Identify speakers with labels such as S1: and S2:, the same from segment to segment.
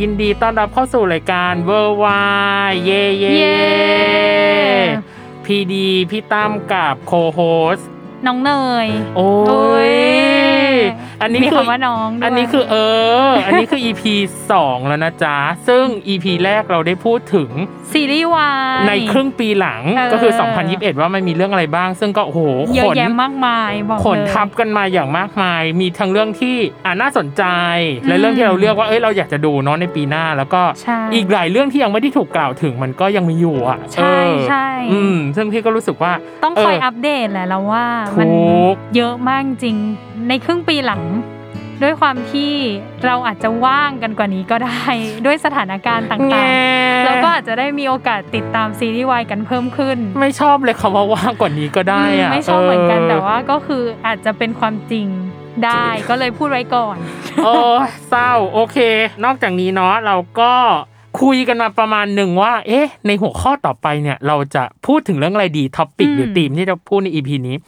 S1: ยินดีต้อนรับเข้าสู่รายการเวอร์ไวเย่เย่
S2: เย่
S1: พีดีพี่ตั้มกับโคโฮส
S2: น้องเนย
S1: โอ้
S2: โอ้
S1: ย
S2: ย
S1: อันนี้
S2: มี
S1: คือ
S2: คำว่าน้องด้วย
S1: อันนี้คือเออ อันนี้คือ EP 2 แล้วนะจ๊ะ ซึ่ง EP แรกเราได้พูดถึง
S2: ซีรีส์วาย
S1: ในครึ่งปีหลัง
S2: เออ
S1: ก็คือ 2021 ว่ามันมีเรื่องอะไรบ้าง ซึ่งก็โอ้โห
S2: เยอะ
S1: ขน
S2: แยะมากมายบอก
S1: ขน
S2: เลย
S1: ทับกันมาอย่างมากมาย มีทั้งเรื่องที่อ่าน่าสนใจ
S2: อืม
S1: และเรื่องที่เราเลือกว่า เอ้ย เราอยากจะดูเนาะในปีหน้า แล้วก็
S2: ใช่
S1: อีกหลายเรื่องที่ยังไม่ได้ถูกกล่าวถึงมันก็ยังมีอยู่อ่ะ
S2: ใช่
S1: เออ
S2: ใช่
S1: อืม ซึ่งพี่ก็รู้สึกว่า
S2: ต้องคอย
S1: เอออั
S2: อัปเดตแหละเราว่า มั
S1: ถูก
S2: เยอะมากจริง ในครึ่งปีหลัง ด้วยความที่เราอาจจะว่างกันกว่านี้ก็ได้ ด้วยสถานการณ์ต่างๆ แล้วก็อาจจะได้มีโอกาสติดตามซีรีส์วายกันเพิ่มขึ้น
S1: ไม่ชอบเลยคำว่าว่างกว่านี้ก็ได้อ่ะ
S2: ไม่ชอบเหมือนกันแต่ว่าก็คืออาจจะเป็นความจริงได้ก็เลยพูดไว้ก่อน
S1: โอ้ยเศร้า โอเค นอกจากนี้เนาะ เราก็คุยกันมาประมาณหนึ่งว่า เอ๊ะ ในหัวข้อต่อไปเนี่ย เราจะพูดถึงเรื่องอะไรดี ท็อปิก
S2: อืม
S1: หรือธีมที่จะพูดใน EP นี้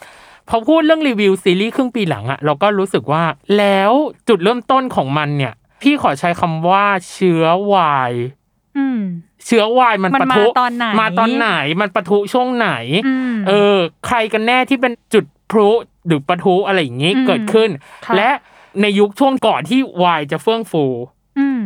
S1: พอพูดเรื่องรีวิวซีรีส์ครึ่งปีหลังอะเราก็รู้สึกว่าแล้วจุดเริ่มต้นของมันเนี่ย พี่ขอใช้คำว่าเชื้อวาย
S2: อืม
S1: เชื้อวายมัน
S2: มัน
S1: ปะ
S2: มา
S1: ทุ
S2: ตอนไหน
S1: มาตอนไหนมันปะทุช่วงไหน
S2: ม
S1: เออ ใครกันแน่ที่เป็นจุดพลุหรือปะทุอะไรอย่างนี้
S2: อืม
S1: เกิดขึ้น
S2: ค่ะ
S1: และในยุคช่วงก่อนที่วายจะเฟื่องฟู
S2: อืม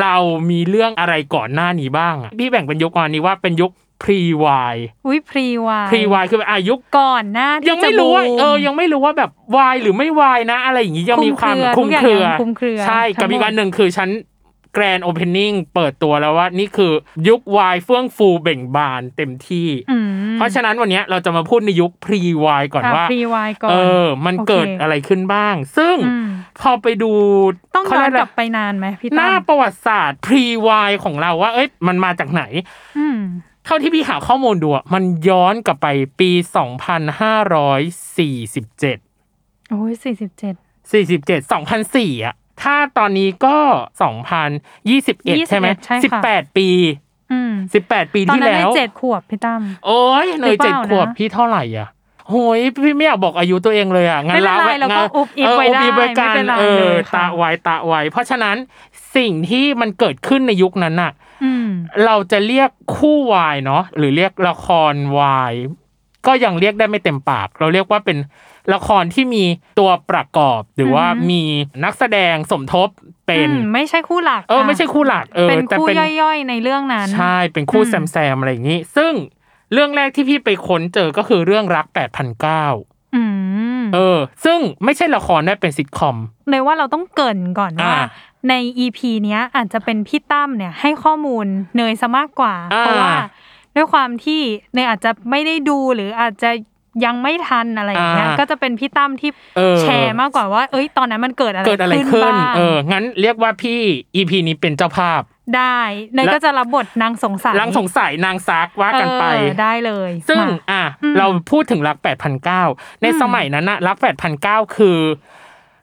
S1: เรามีเรื่องอะไรก่อนหน้านี้บ้างอะพี่แบ่งเป็นยุควันนี้ว่าเป็นยุคพรีวาย
S2: อุ้ยพรีวาย
S1: พรีวายคืออายุค
S2: ก่อนหน้าที่
S1: ยังไม่รู้ว่า
S2: จะบู
S1: เออยังไม่รู้ว่าแบบวายหรือไม่วายนะ อะไรอย่างนี้ยังมีความ
S2: ทุกย่าง
S1: ม
S2: ยังคุมเครือ
S1: ใช่กับอีก
S2: ทั้งหมด
S1: อันหนึ่งคือชั้นแกรนโอเพนนิ่งเปิดตัวแล้วว่านี่คือยุควายเฟื่องฟูเบ่งบานเต็มที่
S2: อืม
S1: เพราะฉะนั้นวันเนี้ยเราจะมาพูดในยุคพรีวายก่อนว่า
S2: พรีวายก่อน
S1: เออ มัน
S2: โอเค
S1: เกิดอะไรขึ้นบ้าง ซึ่ง
S2: ม
S1: พอไปดู
S2: ต้อง
S1: เขา
S2: ย้อ
S1: เรียะ
S2: น
S1: ไร
S2: กลับไปนานไหมพี่
S1: ห
S2: ตั้
S1: น้าม ประวัติศาสตร์พรีวายของเราว่า เอ้ย มันมาจากไหน
S2: อืม
S1: เท่าที่พี่หาข้อมูลดูอะมันย้อนกลับไปปี 2547
S2: โอ้ยสี่สิบเจ็ด
S1: 47 2004อะถ้าตอนนี้ก็ 2021 ใช่ไหม
S2: ใช่ค่ะ
S1: 18 ปี
S2: อืม
S1: 18 ปี
S2: ตอน
S1: ที่
S2: นั้น
S1: แล้
S2: ได้
S1: ว
S2: เจ็ดขวบพี่ตั้ม
S1: โอ้ยเนย
S2: หรือเป
S1: เจ็ด
S2: ล่า
S1: ขวบ
S2: นะ
S1: พี่เท่าไหร่อ่ะโอ้ยพี่ไม่อยากบอกอายุตัวเองเลยอ่ะงั้น
S2: ไม่เป็นไร
S1: ว้
S2: เราก็
S1: งั้น
S2: อุบอิบไว้
S1: เบ
S2: ได้
S1: ว้กัน
S2: ไม่เป็นไร
S1: เออ
S2: เลยค่ะ
S1: ตาไวตาไวเพราะฉะนั้นสิ่งที่มันเกิดขึ้นในยุคนั้นน่ะ
S2: อืม
S1: เราจะเรียกคู่วายเนาะหรือเรียกละครวายก็ยังเรียกได้ไม่เต็มปาก เราเรียกว่าเป็นละครที่มีตัวประกอบ หรือว่า
S2: อือฮึ
S1: มีนักแสดงสมทบเป็น
S2: อืมไม่ใช่คู่หลัก
S1: เออ
S2: ค่ะ
S1: ไม่ใช่คู่หลักเออ
S2: เป็น
S1: แต่
S2: คู่
S1: เป็น
S2: ย่อยๆในเรื่องนั้น
S1: ใช่ เป็นคู่
S2: อืม
S1: แซมแซมอะไรอย่างนี้ ซึ่งเรื่องแรกที่พี่ไปค้นเจอก็คือเรื่องรัก 8,009
S2: อืม
S1: เออ ซึ่งไม่ใช่ละครนะเป็นซิทคอม
S2: เลยว่าเราต้องเกรินก่อน
S1: อ่า
S2: ว่าใน EP เนี้ยอาจจะเป็นพี่ตั้มเนี่ยให้ข้อมูลเนยซะมากกว่า
S1: อ่า
S2: เพราะว่าด้วยความที่เนยอาจจะไม่ได้ดูหรืออาจจะยังไม่ทันอะไรอย่างเงี้ย
S1: อ่า
S2: ก็จะเป็นพี่ตั้มที่
S1: เออ
S2: แชร์มากกว่าว่า เอ้ยตอนนั้นมันเกิดอะไร
S1: เกิดอะไรขึ้น
S2: บ้าง
S1: เออ งั้นเรียกว่าพี่ EP นี้เป็นเจ้าภาพ
S2: ได้เนย
S1: และ
S2: ก็จะรับบทนางสงสัย
S1: ลางสงสัยนางซักว่ากันไป
S2: เออได้เลย
S1: ซึ่ง
S2: มา
S1: อ่ะ
S2: อืม
S1: เราพูดถึงรัก 8,009 ใน
S2: อืม
S1: สมัยนั้นนะรัก 8,009 คือ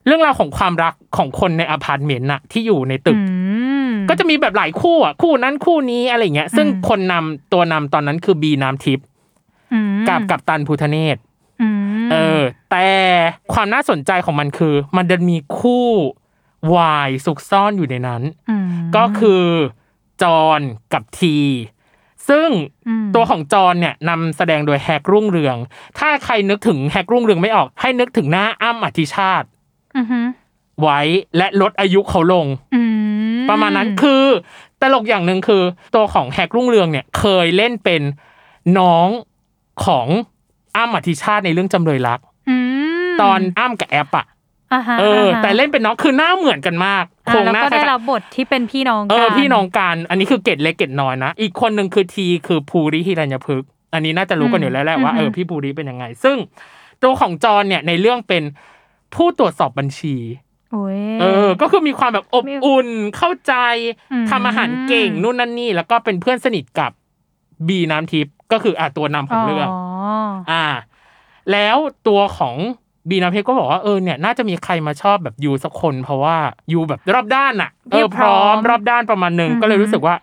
S1: เรื่องราวของความรักของคนในอพาร์ตเมนต์น่ะที่อยู่ในตึก
S2: อืม
S1: ก็จะมีแบบหลายคู่อ่ะคู่นั้นคู่นี้อะไรอย่างเงี้ย ซึ่ง
S2: อืม
S1: คนนำตัวนำตอนนั้นคือบีน้ำทิพย์
S2: อืม
S1: กับกับตันพุทธเนศ
S2: อืม
S1: เออ แต่ความน่าสนใจของมันคือ มันดันมีคู่วายซุกซ่อนอยู่ในนั้น
S2: ม
S1: ก็คือจอห์นกับที ซึ่ง
S2: ม
S1: ตัวของจอห์นเนี่ยนำแสดงโดยแฮกรุ่งเรือง ถ้าใครนึกถึงแฮกรุ่งเรืองไม่ออก ให้นึกถึงหน้าอ้ำอธิชาติ
S2: อือฮึ
S1: ไว้และลดอายุเขาลง
S2: อืม
S1: ประมาณนั้นคือตลกอย่างหนึ่งคือ ตัวของแฮกรุ่งเรืองเนี่ยเคยเล่นเป็นน้องของอ้ำอธิชาติในเรื่องจำเลยรัก
S2: ม
S1: ตอนอ้ำกับแอปอะ
S2: อ่าฮะ
S1: เออ
S2: าฮะ
S1: แต่เล่นเป็นน้องคือหน้าเหมือนกันมาก
S2: อ่า
S1: โครง
S2: แล้ว
S1: หน้าค
S2: ก็
S1: ล้า
S2: ได้
S1: ยๆ
S2: รับบทที่เป็นพี่น้อง
S1: เออ
S2: กัน
S1: พี่น้องกัน อันนี้คือเกตเล็กเกตน้อยนะ อีกคนหนึ่งคือทีคือภูริฮิรัญพฤกษ์อันนี้น่าจะรู้กันอยู่แล้วแหละว่าเออพี่ภูริเป็นยังไง ซึ่งตัวของจรเนี่ยในเรื่องเป็นผู้ตรวจสอบบัญชี
S2: โอ้ย
S1: เออ ก็คือมีความแบบอบ
S2: มี
S1: อุ่นเข้าใจ
S2: อืม
S1: ทำอาหารเก่งนู่นนั่นนี่ แล้วก็เป็นเพื่อนสนิทกับบีน้ำทิพย์ก็คืออ่ะตัวนำของเรื่อง
S2: อ๋อ
S1: อ่า แล้วตัวของบีน้ำทิพย์ก็บอกว่าเออเนี่ยน่าจะมีใครมาชอบแบบยูสักคน เพราะว่ายูแบบรอบด้านอะเออพร้อม รอบด้านประมาณหนึ่งก็เลยรู้สึกว่า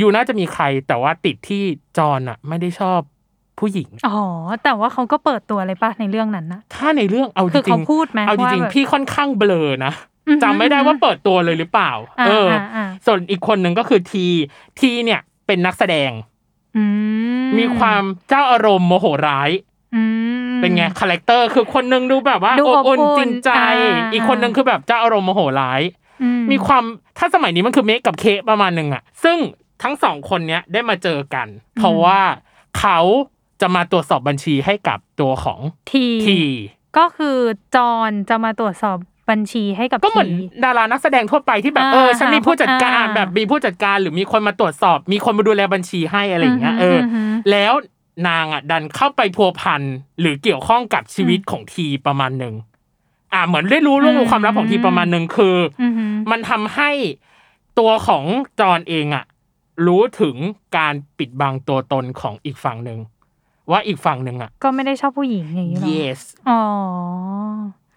S1: ยูน่าจะมีใครแต่ว่าติดที่จอนอะไม่ได้ชอบผู้หญิง
S2: อ๋อ แต่ว่าเขาก็เปิดตัวเลยปะในเรื่องนั้นนะ
S1: ถ้าในเรื่องเอาจ
S2: คือ
S1: ริ
S2: เขา
S1: ง
S2: พูดไหม
S1: ๆเอาจริง
S2: ว่าแบบ
S1: ๆพี่ค่อนข้างเบลอนะ
S2: อือฮึ
S1: จำไม่ได้ว่าเปิดตัวเลยหรือเปล่า
S2: อ่า
S1: เออ
S2: าอ่า
S1: ส่วนอีกคนหนึ่งก็คือทีทีเนี่ยเป็นนักแสดง
S2: อื
S1: มีความเจ้าอารมณ์โมโหร้าย
S2: อืม
S1: เป็นไงคาแรคเตอร์คือคนหนึงดูแบบว่า
S2: ดู
S1: อบอุ่น
S2: อบอุ่น
S1: จริงใจ
S2: อ่า
S1: อีกคนหนึงคือแบบเจ้าอารมณ์โมโหร้าย
S2: อื
S1: มีความถ้าสมัยนี้มันคือเมคกับเคกประมาณหนึ่งอะซึ่งทั้งสองคนเนี้ยได้มาเจอกัน เพราะว่าเขาจะมาตรวจสอบบัญชีให้กับตัวของ
S2: ที
S1: ที
S2: ก็คือจอนจะมาตรวจสอบบัญชีให้กับ
S1: ก็เหมือน
S2: ที
S1: ดารานักแสดงทั่วไปที่แบบเออ
S2: อ่า
S1: ฉันมีผู้จัดการ
S2: อ่า
S1: แบบมีผู้จัดการหรือมีคนมาตรวจสอบ มีคนมาดูแลบัญชีให้อะไรอย่างเงี้ยเอออ
S2: ฮึ
S1: แล้วนางอ่ะดันเข้าไปพัวพันหรือเกี่ยวข้องกับชีวิตของทีประมาณหนึ่งอ่าเหมือนได้รู้ล่วงรู้ความลับของทีประมาณหนึ่งคืออ
S2: อือฮึ
S1: มันทำให้ตัวของจอนเองอ่ะ รู้ถึงการปิดบังตัวตนของอีกฝั่งหนึ่งว่าอีกฝั่งหนึ่งอ่ะ
S2: ก็ไม่ได้ชอบผู้หญิงอย่างนี้หรอ
S1: yes
S2: อ๋อ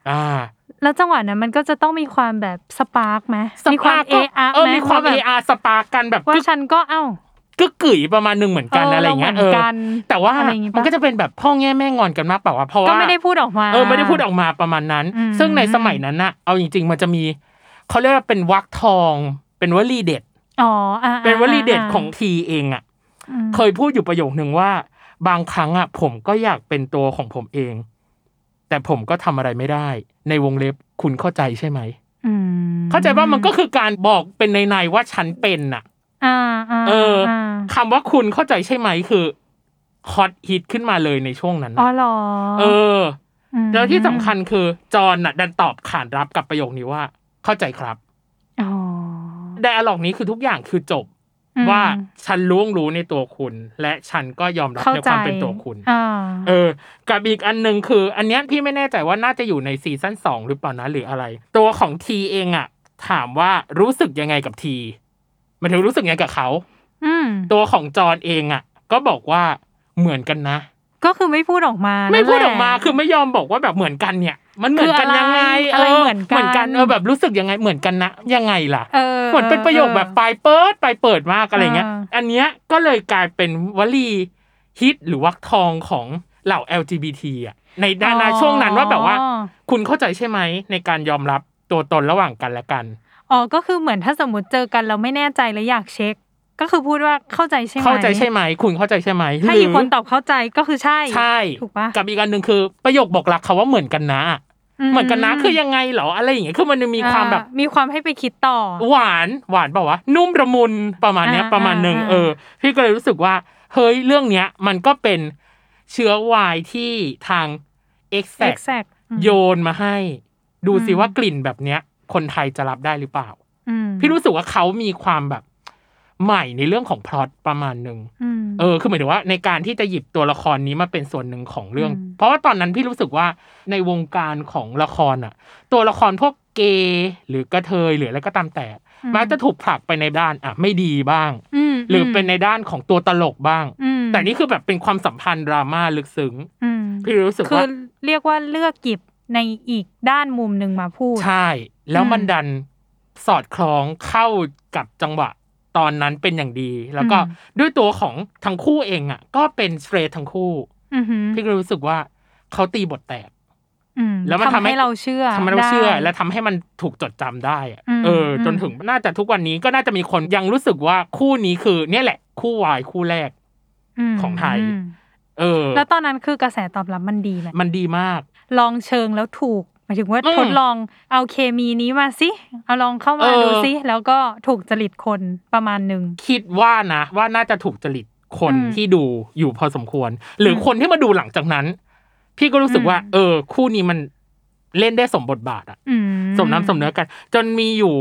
S1: อ่า
S2: แล้วจังหวะนั้นมันก็จะต้องมีความแบบสปาร์กไหมมีความเออา
S1: เออมีความ
S2: แบบ
S1: เออาสปากันแบบ
S2: ว่า
S1: ก็
S2: ฉันก็เอ้า
S1: ก็กึ๋ยประมาณหนึ่งเหมือนกันอะไรอย่างเงี้ย
S2: เห
S1: เอ
S2: มืน
S1: อ
S2: กัน
S1: แต่ว่า
S2: อะไรอย่งงี้ป
S1: มันก็จะเป็นแบบพ่อแง่แม่งอนกันมากเปล่าวะเพราะว่า
S2: ก็ไม่ได้พูดออกมา
S1: เออไม่ได้พูดออกมาประมาณนั้น
S2: อืม
S1: ซึ่งในสมัยนั้นน่ะ เอาจริง ๆ มันจะมีเขาเรียกว่าเป็นวักทอง เป็นวลีเด็ด
S2: อ๋ออ่า
S1: เป็นวลีเด็ด
S2: า
S1: ของทีเองอ่ะ
S2: อืม
S1: เคยพูดอยู่ประโยคนึงว่า บางครั้งอ่ะผมก็อยากเป็นตัวของผมเอง แต่ผมก็ทำอะไรไม่ได้ ในวงเล็บคุณเข้าใจใช่ไหม
S2: อืม
S1: เข้าใจว่ามันก็คือการบอกเป็นในๆว่าฉันเป็นน่ะ
S2: อ่าอ่า
S1: เอออ่
S2: า
S1: คำว่าคุณเข้าใจใช่ไหมคือฮอตฮิตขึ้นมาเลยในช่วงนั้น
S2: อ๋อ
S1: น่ะ
S2: เหรอ
S1: เออ
S2: ม
S1: แล้วที่สำคัญคือจอห์นน่ะดันตอบขานรับกับประโยคนี้ว่า เข้าใจครับ
S2: อ๋อ
S1: ไดอะล็อกนี้คือทุกอย่างคือจบ
S2: อืม
S1: ว่าฉันล่วงรู้ในตัวคุณ และฉันก็ยอมรับ
S2: เข้า
S1: ใน
S2: ใจ
S1: ความเป็นตัวคุณ
S2: อ่า
S1: เออ กับอีกอันหนึ่งคือ อันเนี้ยพี่ไม่แน่ใจว่าน่าจะอยู่ในซีซั่นสองหรือเปล่านะหรืออะไร ตัวของทีเองอะถามว่ารู้สึกยังไงกับทีมันถึงรู้สึกยังไงกับเขา
S2: อืม
S1: ตัวของจอห์นเองอะก็บอกว่าเหมือนกันนะ
S2: ก็คือไม่พูดออกมา
S1: ไม่พูดออกมา
S2: นั่นแหละ
S1: คือไม่ยอมบอกว่าแบบเหมือนกันเนี่ย มันเหมือนกันยังไง
S2: คืออะไรอะไรเหมือนกัน
S1: เหมือนกันเออแบบรู้สึกยังไงเหมือนกันนะยังไงล่ะ
S2: เออ
S1: เหมือนเป็นประโยคแบบปลายเปิดปลายเปิดมากอะไรเงี้ย
S2: อ่า
S1: อันเนี้ยก็เลยกลายเป็นวลีฮิตหรือวักทองของเหล่า LGBT อ่ะในในในช่วงนั้นว่าแบบว่า
S2: อ๋อ
S1: คุณเข้าใจใช่ไหมในการยอมรับตัวตนระหว่างกันและกัน
S2: อ๋อก็คือเหมือนถ้าสมมติเจอกันเราไม่แน่ใจแล้วอยากเช็ค ก็คือพูดว่าเข้าใจใช่ไหม
S1: เข้าใจใช่ไหม คุณเข้าใจใช่ไหม
S2: ถ้า
S1: หรื
S2: อีกคนตอบเข้าใจก็คือใช่
S1: ใช่
S2: ถูกปะ
S1: กับอีกอันหนึ่งคือประโยคบอกรักเขาว่าเหมือนกันนะ เหมือนกันนะคือยังไงเหรออะไรอย่างเงี้ยคือมันมีความแบบ
S2: อ่มีความให้ไปคิดต่อ
S1: หวานหวานเปล่าวะนุ่มระมุนประมาณเนี้ย
S2: อ่า
S1: ประมาณหนึ่ง
S2: อ่า
S1: เออ พี่ก็เลยรู้สึกว่า เฮ้ยเรื่องเนี้ย มันก็เป็นเชื้อวายที่ทาง e x a c t
S2: exact อืม
S1: โยนมาให้ ดูสิ
S2: อืม
S1: ว่ากลิ่นแบบเนี้ย คนไทยจะรับได้หรือเปล่า
S2: อืม
S1: พี่รู้สึกว่าเขามีความแบบใหม่ในเรื่องของพล็อตประมาณหนึ่ง
S2: อืม
S1: เออ คือหมายถึงว่าในการที่จะหยิบตัวละครนี้มาเป็นส่วนหนึ่งของเรื่อง
S2: อืม
S1: เพราะว่าตอนนั้นพี่รู้สึกว่าในวงการของละครอ่ะ ตัวละครพวกเกย์หรือกระเทยหรืออะไรก็ตามแต่ มักจะถูกผลักไปในด้านอ่ะไม่ดีบ้าง
S2: ม
S1: หรือเป็นในด้านของตัวตลกบ้าง
S2: อืม
S1: แต่นี่คือแบบเป็นความสัมพันธ์ดราม่าลึกซึ้ง
S2: อืม
S1: พี่รู้สึก
S2: คือ
S1: ว่า
S2: เรียกว่าเลือกหยิบในอีกด้านมุมหนึ่งมาพูด
S1: ใช่ แล้วมันดันสอดคล้องเข้ากับจังหวะตอนนั้นเป็นอย่างดี แล้วก็
S2: อืม
S1: ด้วยตัวของทั้งคู่เองอ่ะ ก็เป็นสเตรททั้งคู่
S2: อือหือ
S1: พี่ก็รู้สึกว่า เขาตีบทแตก
S2: อืม
S1: แล้วมันทำ
S2: ทำ
S1: ให้
S2: ให้เราเชื่อ
S1: ทำให้เราเชื่อ
S2: ได้
S1: และทำให้มันถูกจดจำได้อะ
S2: อืม
S1: เอออ
S2: ม
S1: จนถึงน่าจะทุกวันนี้ก็น่าจะมีคนยังรู้สึกว่าคู่นี้คือเนี่ยแหละ คู่วายคู่แรก
S2: ม
S1: ของไทย
S2: ม
S1: เออ
S2: แล้วตอนนั้นคือกระแสตอบรับมันดีไหม
S1: มันดีมาก
S2: ลองเชิงแล้วถูกหมายถึงว่า
S1: อืม
S2: ทดลองเอาเคมีนี้มาสิเอาลองเข้ามา
S1: เออ
S2: ดูสิแล้วก็ถูกจริตคนประมาณหนึ่ง
S1: คิดว่านะว่าน่าจะถูกจริตคน
S2: อืม
S1: ที่ดูอยู่พอสมควร หรืออ
S2: ม
S1: คนที่มาดูหลังจากนั้น พี่ก็รู้สึกว่า
S2: อืม
S1: เออ คู่นี้มันเล่นได้สมบทบาทอะ
S2: อื
S1: สมน้ำสมเนื้อกัน จนมีอยู่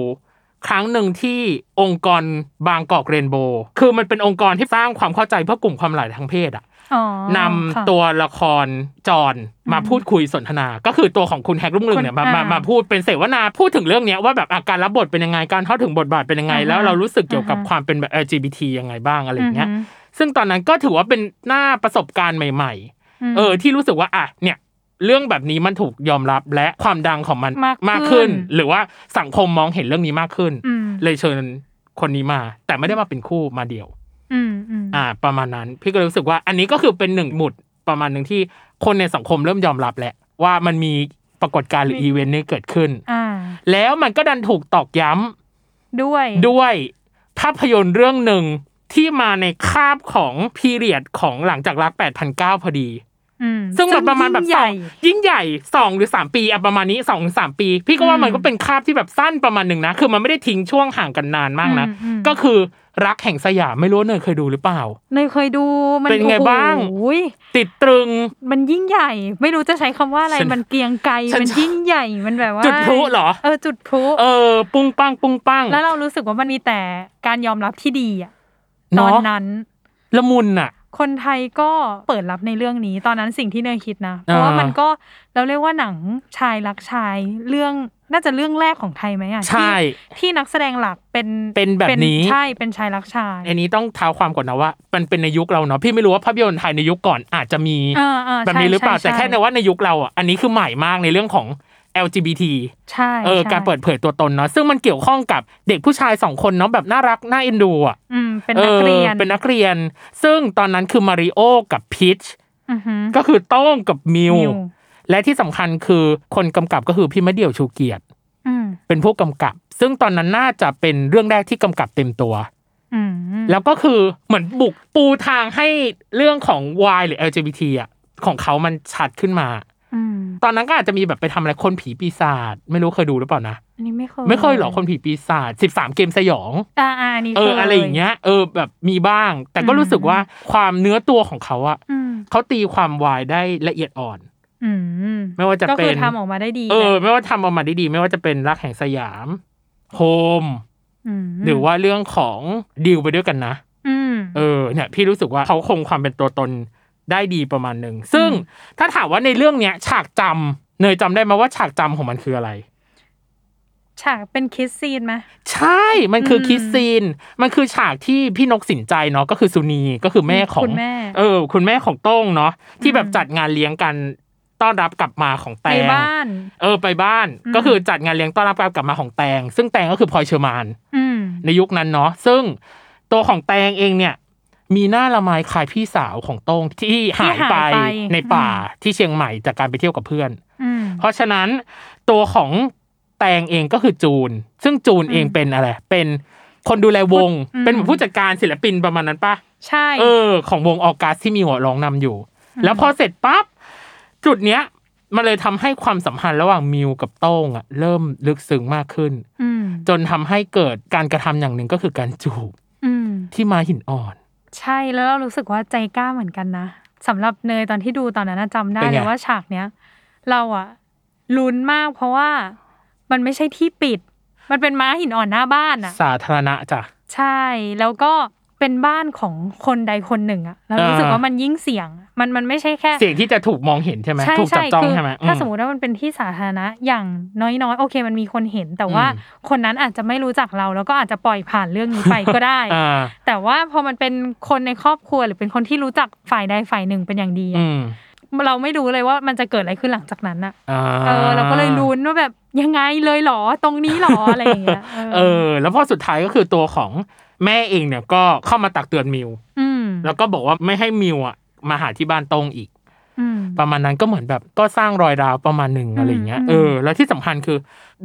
S1: ครั้งหนึ่งที่องค์กรบางกอกเรนโบว์คือมันเป็นองค์กรที่สร้างความเข้าใจเพื่อกลุ่มความหลากหลายทางเพศอะ
S2: อ๋อน ค่ะ
S1: ำตัวละครจอนมา
S2: อืม
S1: พูดคุยสนทนา ก็คือตัวของคุณแฮกรุ่งเรืองเนี่ย
S2: คุณ
S1: มามา
S2: อ่าม
S1: มาพูดเป็นเสวนาพูดถึงเรื่องเนี้ยว่าแบบอาการรับบทเป็นยังไงการเข้าถึงบทบาทเป็นยังไง
S2: อ่าฮะ
S1: แล้วเรารู้สึกเกี่ยวกับ
S2: อ่าฮะ
S1: ความเป็นแบบ LGBT ยังไงบ้างอะไรอย่างเงี้ย
S2: ม
S1: ซึ่งตอนนั้นก็ถือว่าเป็นหน้าประสบการณ์ใหม่ ๆ
S2: ม
S1: เออที่รู้สึกว่าอ่ะเนี่ยเรื่องแบบนี้มันถูกยอมรับและความดังของมัน
S2: มากขึ้น
S1: หรือว่าสังคมมองเห็นเรื่องนี้มากขึ้น
S2: อืม
S1: เลยเชิญคนนี้มา แต่ไม่ได้มาเป็นคู่มาเดี่ยว
S2: อืมอืม
S1: อ่า ประมาณนั้น พี่ก็เลยรู้สึกว่าอันนี้ก็คือเป็นหนึ่งหมุดประมาณหนึ่งที่คนในสังคมเริ่มยอมรับแหละ ว่ามันมีปรากฏการณ์หรืออีเวนต์นี้เกิดขึ้น
S2: อ่า
S1: แล้วมันก็ดันถูกตอกย้ำ
S2: ด้วย
S1: ด้วยภาพยนตร์เรื่องหนึ่งที่มาในคาบของพีเรียดของหลังจากรัก8,009พอดี
S2: อืม
S1: ซึ่งแบบประมาณแบบ
S2: ยิ่ง
S1: สอ
S2: ใหญ่
S1: งยิ่งใหญ่สองหรือสามปีอะประมาณนี้สองถึงสามปี พี่ก็ว่า
S2: อืม
S1: มันก็เป็นคาบที่แบบสั้นประมาณหนึ่งนะ คือมันไม่ได้ทิ้งช่วงห่างกันนานมากนะ
S2: อืมอืม
S1: ก็คือรักแห่งสยามไม่รู้ว่าเนยเคยดูหรือเปล่า
S2: เนยเคยดูมัน
S1: เป็นไงบ้าง
S2: โอ้ย
S1: ติดตรึง
S2: มันยิ่งใหญ่ ไม่รู้จะใช้คำว่าอะไร
S1: ฉัน
S2: มันเกรียงไกร
S1: ฉัน
S2: มันยิ่งใหญ่มันแบบว่า
S1: จุดพลุเหรอ
S2: เออจุดพลุ
S1: เออ ปุ้งปังปุ้งปัง
S2: แล้วเรารู้สึกว่ามันมีแต่การยอมรับที่ดีอะตอน
S1: เนาะ
S2: นั้น
S1: ละมุนอ่ะ
S2: คนไทยก็เปิดรับในเรื่องนี้ ตอนนั้นสิ่งที่เนยคิดนะ เพราะว่า
S1: อ่ามั
S2: มันก็เราเรียกว่าหนังชายรักชายเรื่องน่าจะเรื่องแรกของไทยไหมอ่ะ
S1: ใช่
S2: ที่ที่นักแสดงหลักเป็น
S1: เป็นแบบนี้
S2: ใช่เป็นชายรักชาย
S1: อันนี้ต้องเท้าความก่อนนะว่า มันเป็นในยุคเราเนาะพี่ไม่รู้ว่าภาพยนตร์ไทยในยุคก่อนอาจจะมี
S2: อ่าอ่า
S1: แบบนี้หรือเปล่า
S2: ใช่
S1: แต่แค่ในว่าในยุคเราอ่ะอันนี้คือใหม่มากในเรื่องของ LGBT
S2: ใช่
S1: เออ
S2: ใช่
S1: การเปิดเผยตัวตนเนาะซึ่งมันเกี่ยวข้องกับเด็กผู้ชายสองคนเนาะแบบน่ารักน่าเอ็นดูอ่ะ
S2: อืมเป็นนักเรียน
S1: ออเป็นนักเรียน ซึ่งตอนนั้นคือมาริโอกับพีช
S2: อือหือ
S1: ก็คือโต้งกับมิว
S2: นิว
S1: และที่สำคัญคือคนกำกับก็คือพี่มะเดี่ยวชูเกียรติ
S2: อืม
S1: เป็นผู้กำกับ ซึ่งตอนนั้นน่าจะเป็นเรื่องแรกที่กำกับเต็มตัว
S2: อืม
S1: แล้วก็คือเหมือนบุกปูทางให้เรื่องของ Y หรือ LGBT อ่ะของเขามันชัดขึ้นมา
S2: อืม
S1: ตอนนั้นก็อาจจะมีแบบไปทำอะไรคนผีปีศาจไม่รู้เคยดูหรือเปล่านะ
S2: อันนี้ไม่เคย
S1: ไม่เคยหรอกคนผีปีศาจ13 เกมสยอง
S2: อ่าอ่าอันนี้
S1: เออ
S2: ค
S1: อะไรอย่างเงี้ยเออแบบมีบ้าง แต่ก็
S2: อืม
S1: รู้สึกว่าความเนื้อตัวของเขาอะ
S2: อืม
S1: เขาตีความวายได้ละเอียดอ่อน
S2: อืม
S1: ไม่ว่าจะ
S2: ก็
S1: เป็
S2: คือน ทำออกมาได้ดี
S1: เออ
S2: แหละ
S1: ไม่ว่าทำออกมาได้ดีไม่ว่าจะเป็นรักแห่งสยามโฮม
S2: ม
S1: หรือว่าเรื่องของดิวไปด้วยกันนะ
S2: อืม
S1: เออเนี่ยพี่รู้สึกว่าเขาคงความเป็นตัวตนได้ดีประมาณหนึ่งซึ่ง
S2: อืม
S1: ถ้าถามว่าในเรื่องเนี้ย ฉากจำเนยจำได้ไหมว่าฉากจำของมันคืออะไร
S2: ฉากเป็นคิสซีนไหม
S1: ใช่ มันคืออ
S2: ม
S1: คิสซีน มันคือฉากที่พี่นกสินใจเนาะก็คือสุนีก็คือแม่ของ
S2: คุณแม่
S1: เออ คุณแม่ของโต้งเนาะที่
S2: อืม
S1: แบบจัดงานเลี้ยงกันต้อนรับกลับมาของแต
S2: ใน
S1: ง
S2: บ้าน
S1: เออไปบ้าน
S2: อืม
S1: ก็คือจัดงานเลี้ยงต้อนรับกลับมาของแตง ซึ่งแตงก็คือพลอยเชอร์มาน
S2: อืม
S1: ในยุคนั้นเนาะซึ่งตัวของแตงเองเนี่ย มีหน้าละไมคล้ายพี่สาวของโต้งที่หายไป
S2: หายไป
S1: ในป่า
S2: อื
S1: ที่เชียงใหม่จากการไปเที่ยวกับเพื่อน
S2: อืม
S1: เพราะฉะนั้นตัวของแตงเองก็คือจูน ซึ่งจูนเอง
S2: อืม
S1: เป็นอะไร เป็นคนดูแลวง
S2: อืม
S1: เป็นเหมือนผู้จัดการศิลปินประมาณนั้นปะ
S2: ใช่
S1: เออ ของวงออกัสที่มีหัวร้องนำอยู่ แล้วพอเสร็จปั๊บจุดเนี้ย มันเลยทำให้ความสัมพันธ์ระหว่างมิวกับโต้งอะเริ่มลึกซึ้งมากขึ้น
S2: อืม
S1: จนทำให้เกิดการกระทำอย่างหนึ่งก็คือการจูบ
S2: อืม
S1: ที่มาหินอ่อน
S2: ใช่แล้วเรารู้สึกว่าใจกล้าเหมือนกันนะสำหรับเนยตอนที่ดูตอนนั้นนะจำได้
S1: เป็นไง
S2: เลยว่าฉากเนี้ย เราอะลุ้นมากเพราะว่ามันไม่ใช่ที่ปิด มันเป็นม้าหินอ่อนหน้าบ้านอะ
S1: สาธารณะจ้ะ
S2: ใช่แล้วก็เป็นบ้านของคนใดคนหนึ่งอะเรารู้สึก
S1: อ่า
S2: ว่ามันยิ่งเสี่ยง มันมันไม่ใช่แค่
S1: เสียงที่จะถูกมองเห็นใช่ไหม
S2: ใช่
S1: ถูกจับ
S2: ใช่
S1: จ้อง
S2: คือ
S1: ใช่ไหมอื
S2: ถ้าสมมติว่ามันเป็นที่สาธารณะอย่างน้อยๆ โอเค มันมีคนเห็น แต่ว่า
S1: อืม
S2: คนนั้นอาจจะไม่รู้จักเรา แล้วก็อาจจะปล่อยผ่านเรื่องนี้ไปก็ได้
S1: อ่า
S2: แต่ว่าพอมันเป็นคนในครอบครัวหรือเป็นคนที่รู้จักฝ่ายใดฝ่ายหนึ่งเป็นอย่างดีอะ
S1: อืม
S2: เราไม่รู้เลยว่ามันจะเกิดอะไรขึ้นหลังจากนั้นอะ
S1: อ่า
S2: เออเราก็เลยลุ้นว่าแบบยังไงเลยเหรอตรงนี้เหรออะไรอย่างเงี้ย
S1: เออแล้วพอสุดท้ายก็คือตัวของแม่เองเนี่ยก็เข้ามาตักเตือนมิว
S2: อืม
S1: แล้วก็บอกว่าไม่ให้มิวอ่ะมาหาที่บ้านตรงอีก
S2: อืม
S1: ประมาณนั้นก็เหมือนแบบก็สร้างรอยร้าวประมาณหนึ่งอะไรอย่างเงี้ย
S2: อืม
S1: เออแล้วที่สำคัญคือ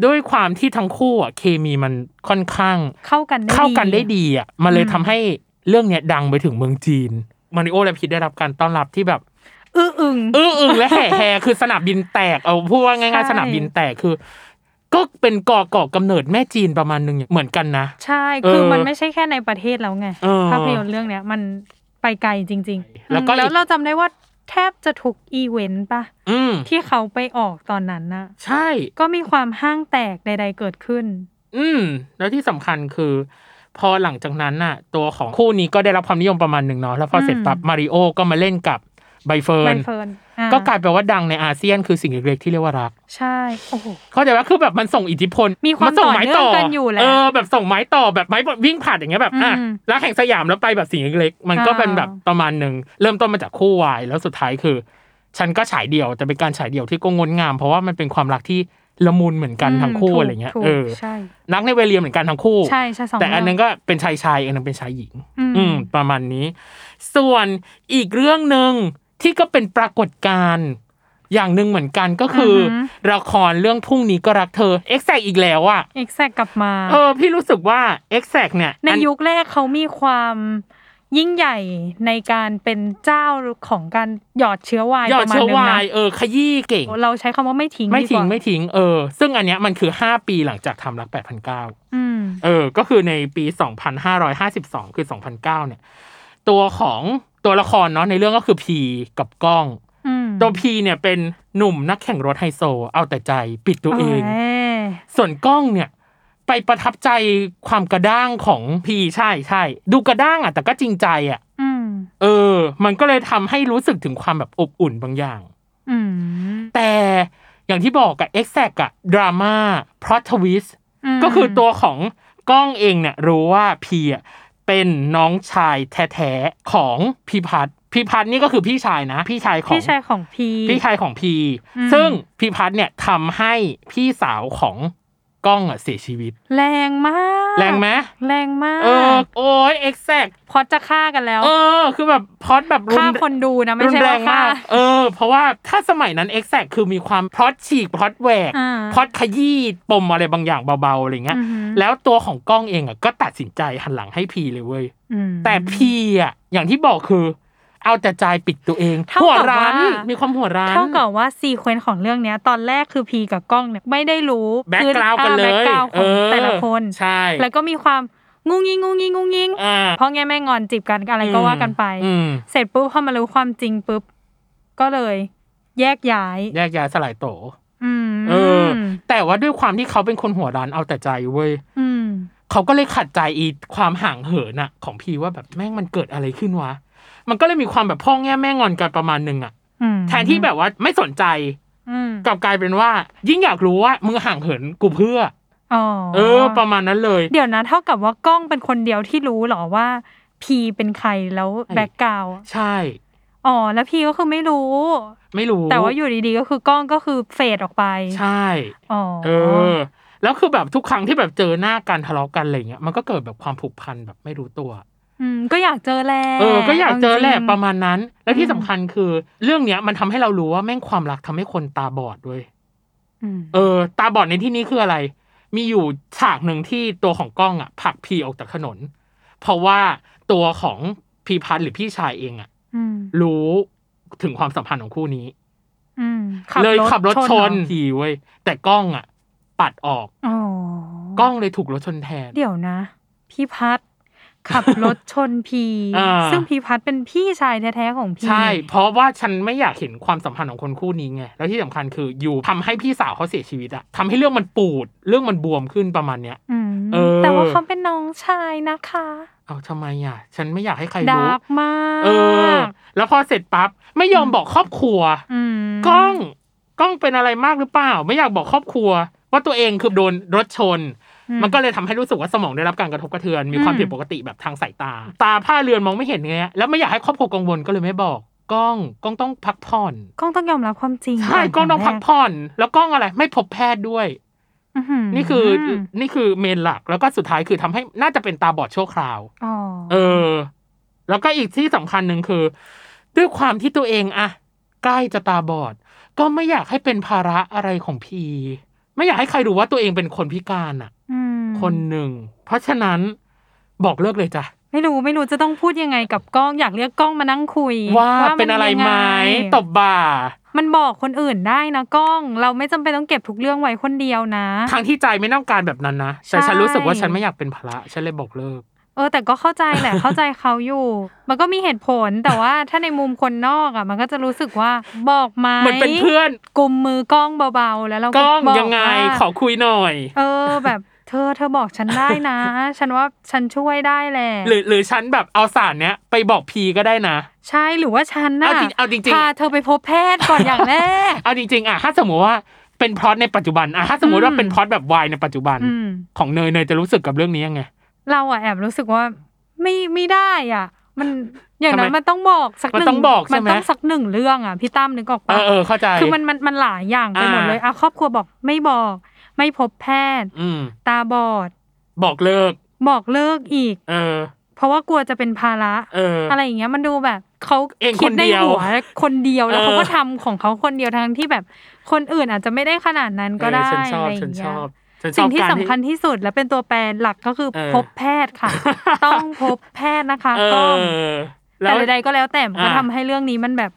S1: ด้วยความที่ทั้งคู่อ่ะเคมีมันค่อนข้าง
S2: เข้ากันได้
S1: เข้ากันได้ดีอ่ะมันเลย
S2: อืม
S1: ทำให้เรื่องเนี้ยดังไปถึงเมืองจีนมาริโอและพีทได้รับการต้อนรับที่แบบ
S2: อื้ออึง
S1: อื้ออึงและแห่แห่คือสนามบินแตกเอาพูดว่าง่าย
S2: ใช่
S1: ๆสนามบินแตกคือ ก็เป็นก่อก่อกำเนิดแม่จีนประมาณหนึ่งเหมือนกันนะ
S2: ใช่คือ
S1: เออ
S2: มันไม่ใช่แค่ในประเทศแล้วไง
S1: เออ
S2: ภาพยนตร์เรื่องเนี้ยมันไปไกลจริงๆ
S1: แล้วก็
S2: อืมแล้ว
S1: อีก
S2: เราจำได้ว่าแทบจะถูกอีเวนต์ปะ
S1: อืม
S2: ที่เขาไปออกตอนนั้นน่ะ
S1: ใช่
S2: ก็มีความห้างแตกใดๆเกิดขึ้น
S1: อืม แล้วที่สำคัญคือ พอหลังจากนั้นน่ะ ตัวของคู่นี้ก็ได้รับความนิยมประมาณหนึ่งเนาะแล้วพออ
S2: ม
S1: เสร็จปั๊บมาริโอก็มาเล่นกับใบเฟิ
S2: ใบ
S1: ร์น
S2: เฟิร์นอ่ะ
S1: ก็กลายเป็นว่าดังในอาเซียนคือสิ่งเล็กๆที่เรียกว่ารัก
S2: ใช่โอ้โห
S1: เข้าใจว่าคือแบบมันส่งอิทธิพล
S2: มีความ
S1: นส่งไม้ต่อ
S2: ต่อเนื่องกันอยู่แหละ
S1: เออแบบส่งไม้ต่อแบบไม้วิ่งผ่านอย่างเงี้ยแบบอ่ะ
S2: อืม
S1: รักแห่งสยามแล้วไปแบบสิ่งเล็กๆมันก็
S2: อ่า
S1: เป็นแบบประมาณหนึ่งเริ่มต้นมาจากคู่วายแล้วสุดท้ายคือ ฉันก็ฉายเดี่ยวแต่เป็นการฉายเดี่ยวที่ก็งดงาม เพราะว่ามันเป็นความรักที่ละมุนเหมือนกันทั้งคู่
S2: ม
S1: อะไรเงี้ย
S2: ถูก
S1: เออ
S2: ใช่
S1: นักในเวเรียมเหมือนกันทั้งคู่
S2: ใช่ใช่สอง
S1: แต่อันนึง
S2: เรื่ง
S1: ก็เป็นชายชายอันนึงเป็นชายหญิง
S2: อืม
S1: อืม ประมาณนี้ ส่วนอีกเรื่องหนึ่งที่ก็เป็นปรากฏการณ์อย่างหนึ่งเหมือนกันก็คืออละครเรื่องพรุ่งนี้ก็รักเธอ e x a c t อีกแล้วอะ
S2: เอ็กแซกกลับมา
S1: เออ พี่รู้สึกว่า e x a c t เนี่ย
S2: ใน
S1: อัน
S2: ยุคแรกเขามีความยิ่งใหญ่ในการเป็นเจ้าของการหยอดเชื้อวาย
S1: ยอ
S2: ป
S1: ด
S2: ระมาณ
S1: เชื้อ
S2: นึง
S1: วา
S2: นะ
S1: ยเออขยี้เก่ง
S2: เราใช้คำว่าไม่ทิ้ง
S1: ไม่
S2: ดีก
S1: ทิ้ง
S2: ว่า
S1: ไม่ทิ้งเออ ซึ่งอันเนี้ยมันคือ 5 ปีหลังจากทำรัก 8,900
S2: อืม
S1: เออ ก็คือในปี 2552 คือ 2009 เนี่ย ตัวของตัวละครเนาะในเรื่องก็คือพีกับก้อง
S2: อืม
S1: ตัวพีเนี่ยเป็นหนุ่มนักแข่งรถไฮโซ เอาแต่ใจปิดตัวเอง
S2: โย
S1: ส่วนกล้องเนี่ย ไปประทับใจความกระด้างของพีใช่ใช่ดูกระด้างอ่ะแต่ก็จริงใจอ่ะ
S2: อืม
S1: เออ มันก็เลยทำให้รู้สึกถึงความแบบอบอุ่นบางอย่าง
S2: อืม
S1: แต่อย่างที่บอกอะเอ็กแซกอะดราม่าพล็อตทวิส
S2: ม
S1: ก็คือตัวของกล้องเองเนี่ยรู้ว่าพีอะเป็นน้องชายแท้ๆของพีพัฒน์พีพัฒน์นี่ก็คือพี่ชายนะ พี่ชายของ
S2: พี่ชายของพี
S1: พี่ชายของพี
S2: อืม
S1: ซึ่งพีพัฒน์เนี่ยทำให้พี่สาวของกล้องอะเสียชีวิต
S2: แรงมาก
S1: แรงไหม
S2: แรงมาก
S1: เออ โอ้ยเอ็กแซก
S2: พอจะฆ่ากันแล้ว
S1: เออ คือแบบพล็อดแบบรุ
S2: ฆ่าน คนดูนะไม่
S1: รุน
S2: ใช่
S1: แร
S2: ว่างฆ่า
S1: มาก เออ เพราะว่าถ้าสมัยนั้นเอ็กแซกคือมีความพล็อดฉีกพล็อดแหวก
S2: อ่า
S1: พล็อดขยี้ปมอะไรบางอย่างเบาๆอะไรเงี้ย
S2: อือหือ
S1: แล้วตัวของกล้องเองอะก็ตัดสินใจหันหลังให้พีเลยเว้ย
S2: อืม
S1: แต่พีอะอย่างที่บอกคือ เอาแต่ใจปิดตัวเอง
S2: เท่า
S1: หัว
S2: กับ
S1: ร้า
S2: ว่า
S1: นมีความหัวร้าน
S2: เท่ากับว่าซีเควนต์ของเรื่องเนี้ย ตอนแรกคือพีกับกล้องเนี่ยไม่ได้รู้
S1: background
S2: พื้
S1: กันเลย
S2: แบ็กกราวข
S1: เอ
S2: อง
S1: อ
S2: แต่ละคน
S1: ใช่
S2: แล้วก็มีความงุ้งยิงงุ้งยิงงุ้งยิง
S1: อ่า
S2: เพราะแง่แม่งอนจีบกันอะไรก็ว่ากันไป
S1: อืม
S2: เสร็จปุ๊บพอมารู้ความจริงปุ๊บก็เลย แยกย้าย
S1: แยกย้ายสลายโตว
S2: อืม
S1: เอออ แต่ว่าด้วยความที่เขาเป็นคนหัวร้านเอาแต่ใจเว้ย
S2: อืม
S1: เขาก็เลยขัดใจอีความห่างเหินอะของพีว่าแบบแม่งมันเกิดอะไรขึ้นวะ มันก็เลยมีความแบบพ่อแง่แม่งอนกันประมาณหนึงอะ
S2: อืม
S1: แทนที่แบบว่าไม่สนใจ
S2: อืม
S1: กลับกลายเป็นว่า ยิ่งอยากรู้ว่ามึงห่างเหินกูเพื่อ
S2: อ๋อ
S1: เออ ประมาณนั้นเลย
S2: เดี๋ยวนะ เท่ากับว่ากล้องเป็นคนเดียวที่รู้เหรอว่า พีเป็นใครแล้ว
S1: ใช่
S2: แบ็กกราว
S1: ใช่
S2: อ๋อแล้วพีก็คือไม่รู้
S1: ไม่รู้
S2: แต่ว่าอยู่ดีๆก็คือกล้องก็คือเฟดออกไป
S1: ใช่
S2: อ๋อ
S1: เออ แล้วคือแบบทุกครั้งที่แบบเจอหน้ากันทะเลาะกันอะไรเงี้ยมันก็เกิดแบบความผูกพันแบบไม่รู้ตัว
S2: มก็อยากเจอแหละ
S1: เออ ก็อยากเจอแหละ
S2: าจง
S1: ประมาณนั้น และที่
S2: อืม
S1: สำคัญคือ เรื่องเนี้ยมันทำให้เรารู้ว่าแม่งความรักทำให้คนตาบอดด้วย
S2: อืม
S1: เออ ตาบอดในที่นี้คืออะไร มีอยู่ฉากหนึ่งที่ตัวของกล้องอ่ะผลักพีออกจากถนน เพราะว่าตัวของพีพัทหรือพี่ชายเองอ่ะ
S2: อืม
S1: รู้ถึงความสัมพันธ์ของคู่นี้
S2: อืม
S1: เลยขับรถชน
S2: เหรอ
S1: พีเว้ยแต่กล้องอ่ะ ปัดออก
S2: อ๋อก
S1: ล้องเลยถูกรถชนแทน
S2: เดี๋ยวนะ พี่พัดขับรถชนพี
S1: อ่า
S2: ซึ่งพี่พัดเป็นพี่ชายแท้ๆของพี
S1: ใช่ เพราะว่าฉันไม่อยากเห็นความสัมพันธ์ของคนคู่นี้ไง แล้วที่สำคัญคืออยู่ทำให้พี่สาวเขาเสียชีวิตอะทำให้เรื่องมันปูด เรื่องมันบวมขึ้นประมาณเนี้ย
S2: อืม
S1: เออ
S2: แต่ว่าเขาเป็นน้องชายนะคะ
S1: เอาทำไมอะฉันไม่อยากให้ใคร
S2: ดา
S1: รู้
S2: ร์กมาก
S1: เออ แล้วพอเสร็จปั๊บไม่ยอมบอกครอบครัว
S2: ม
S1: กล้องกล้องเป็นอะไรมากหรือเปล่า ไม่อยากบอกครอบครัว ว่าตัวเองคือโดนรถชน
S2: อื
S1: มันก็เลยทำให้รู้สึกว่าสมองได้รับการกระทบกระเทือน มีความ
S2: อืม
S1: ผิดปกติแบบทางสายตา ตาผ้าเรือนมองไม่เห็นเงี้ยแล้วไม่อยากให้ครอบครัวกังวลก็เลยไม่บอกกล้องกล้องต้องพักผ่อน
S2: กล้องต้องยอมรับความจริง
S1: ใช่
S2: ก่
S1: ก้อน งต้องพัก
S2: แร
S1: ผ่อน แล้วกล้องอะไรไม่พบแพทย์ด้วย
S2: อื้อหื
S1: นี่คืออนี่คือเมนหลักแล้วก็สุดท้ายคือทำให้น่าจะเป็นตาบอดชั่วคราว
S2: อ๋อ
S1: เออ แล้วก็อีกที่สำคัญหนึ่งคือ ด้วยความที่ตัวเองอะ ใกล้จะตาบอด ก็ไม่อยากให้เป็นภาระอะไรของพีไม่อยากให้ใครรู้ว่าตัวเองเป็นคนพิการอ่ะ
S2: อืม
S1: คนหนึ่ง เพราะฉะนั้นบอกเลิกเลยจ้ะ
S2: ไม่รู้ไม่รู้จะต้องพูดยังไงกับกล้องอยากเรียกกล้องมานั่งคุย
S1: ว่า
S2: มั
S1: เป็นอะไรไหม
S2: ยังง
S1: ตบบ่า
S2: มันบอกคนอื่นได้นะกล้อง เราไม่จำเป็นต้องเก็บทุกเรื่องไว้คนเดียวนะ
S1: ทั้งที่ใจไม่ต้องการแบบนั้นนะ แต่ฉัน
S2: ใช่
S1: รู้สึกว่าฉันไม่อยากเป็นภาระ ฉันเลยบอกเลิก
S2: เออแต่ก็เข้าใจ แหละ เข้าใจเขาอยู่ มันก็มีเหตุผลแต่ว่าถ้าในมุมคนนอกอ่ะ มันก็จะรู้สึกว่าบอกไหม
S1: เหมือนเป็นเพื่อน
S2: กลุ่มมือกล้องเบาๆ แล้วเรา
S1: กล้อง
S2: บ
S1: ยังไง
S2: ว่า
S1: ขอคุยหน่อย
S2: เออแบบเธอเธอบอกฉันได้นะ ฉันว่าฉันช่วยได้แหละ
S1: หรือหรือฉันแบบเอาสารเนี้ยไปบอกพีก็ได้นะ
S2: ใช่หรือว่าฉันน่ะ
S1: เอาจริงเอาจริงๆ
S2: พาเธอไปพบแพทย์ก่อนอย่างแรก
S1: เอาจริงๆอ่ะถ้าสมมติว่าเป็นพล็อตในปัจจุบันอ่ะถ้าสมมติว่า
S2: อืม
S1: เป็นพล็อตแบบวายในปัจจุบัน
S2: อืม
S1: ของเนยเนยจะรู้สึกกับเรื่องนี้ยังไง
S2: เราอะแอบรู้สึกว่าไม่ไม่ได้อ่ะ มันอย่างนั้
S1: ทำ
S2: น
S1: ไม
S2: มันต้องบอกสักห
S1: มัน
S2: นึ่
S1: ต้องบอกใช่ไหม
S2: มันต้องสักหนึ่งเรื่องอ่ะพี่ตั้มนึกออก
S1: เอ
S2: ปะ
S1: อเออเข้าใจ
S2: คือมันมันมันหลายอย่างไปหมดเลย
S1: อ่า
S2: เอาครอบครัวบอกไม่บอก ไม่พบแพทย์
S1: อืม
S2: ตาบอด
S1: บอกเลิก
S2: บอกเลิกอีก
S1: เออ
S2: เพราะว่ากลัวจะเป็นภาระ
S1: เอออ
S2: อะไรอย่างเงี้ยมันดูแบบเขา
S1: เอง
S2: คิ
S1: ค
S2: ด
S1: น
S2: ใน
S1: เดียว
S2: หัวคนเดียวแล้ว
S1: เออ
S2: เขาก็ทำของเขาคนเดียวทั้งที่แบบคนอื่นอาจจะไม่ได้ขนาดนั้นก็ได้
S1: เออฉันชอบ
S2: อะไรอ
S1: ฉันช
S2: ย่างเงี้ย
S1: อบฉันช
S2: สิ่
S1: อบ
S2: งที่
S1: การ
S2: สำคัญที่สุดและเป็นตัวแปรหลักก็คือ
S1: เออ
S2: พบแพท ย์ค่ะ ต้องพบแพทย์นะคะ
S1: เอ
S2: ก็
S1: อ
S2: แต่ใดๆก็แล้วแต่มันก็
S1: อ่า
S2: ทำให้เรื่องนี้มันแบบ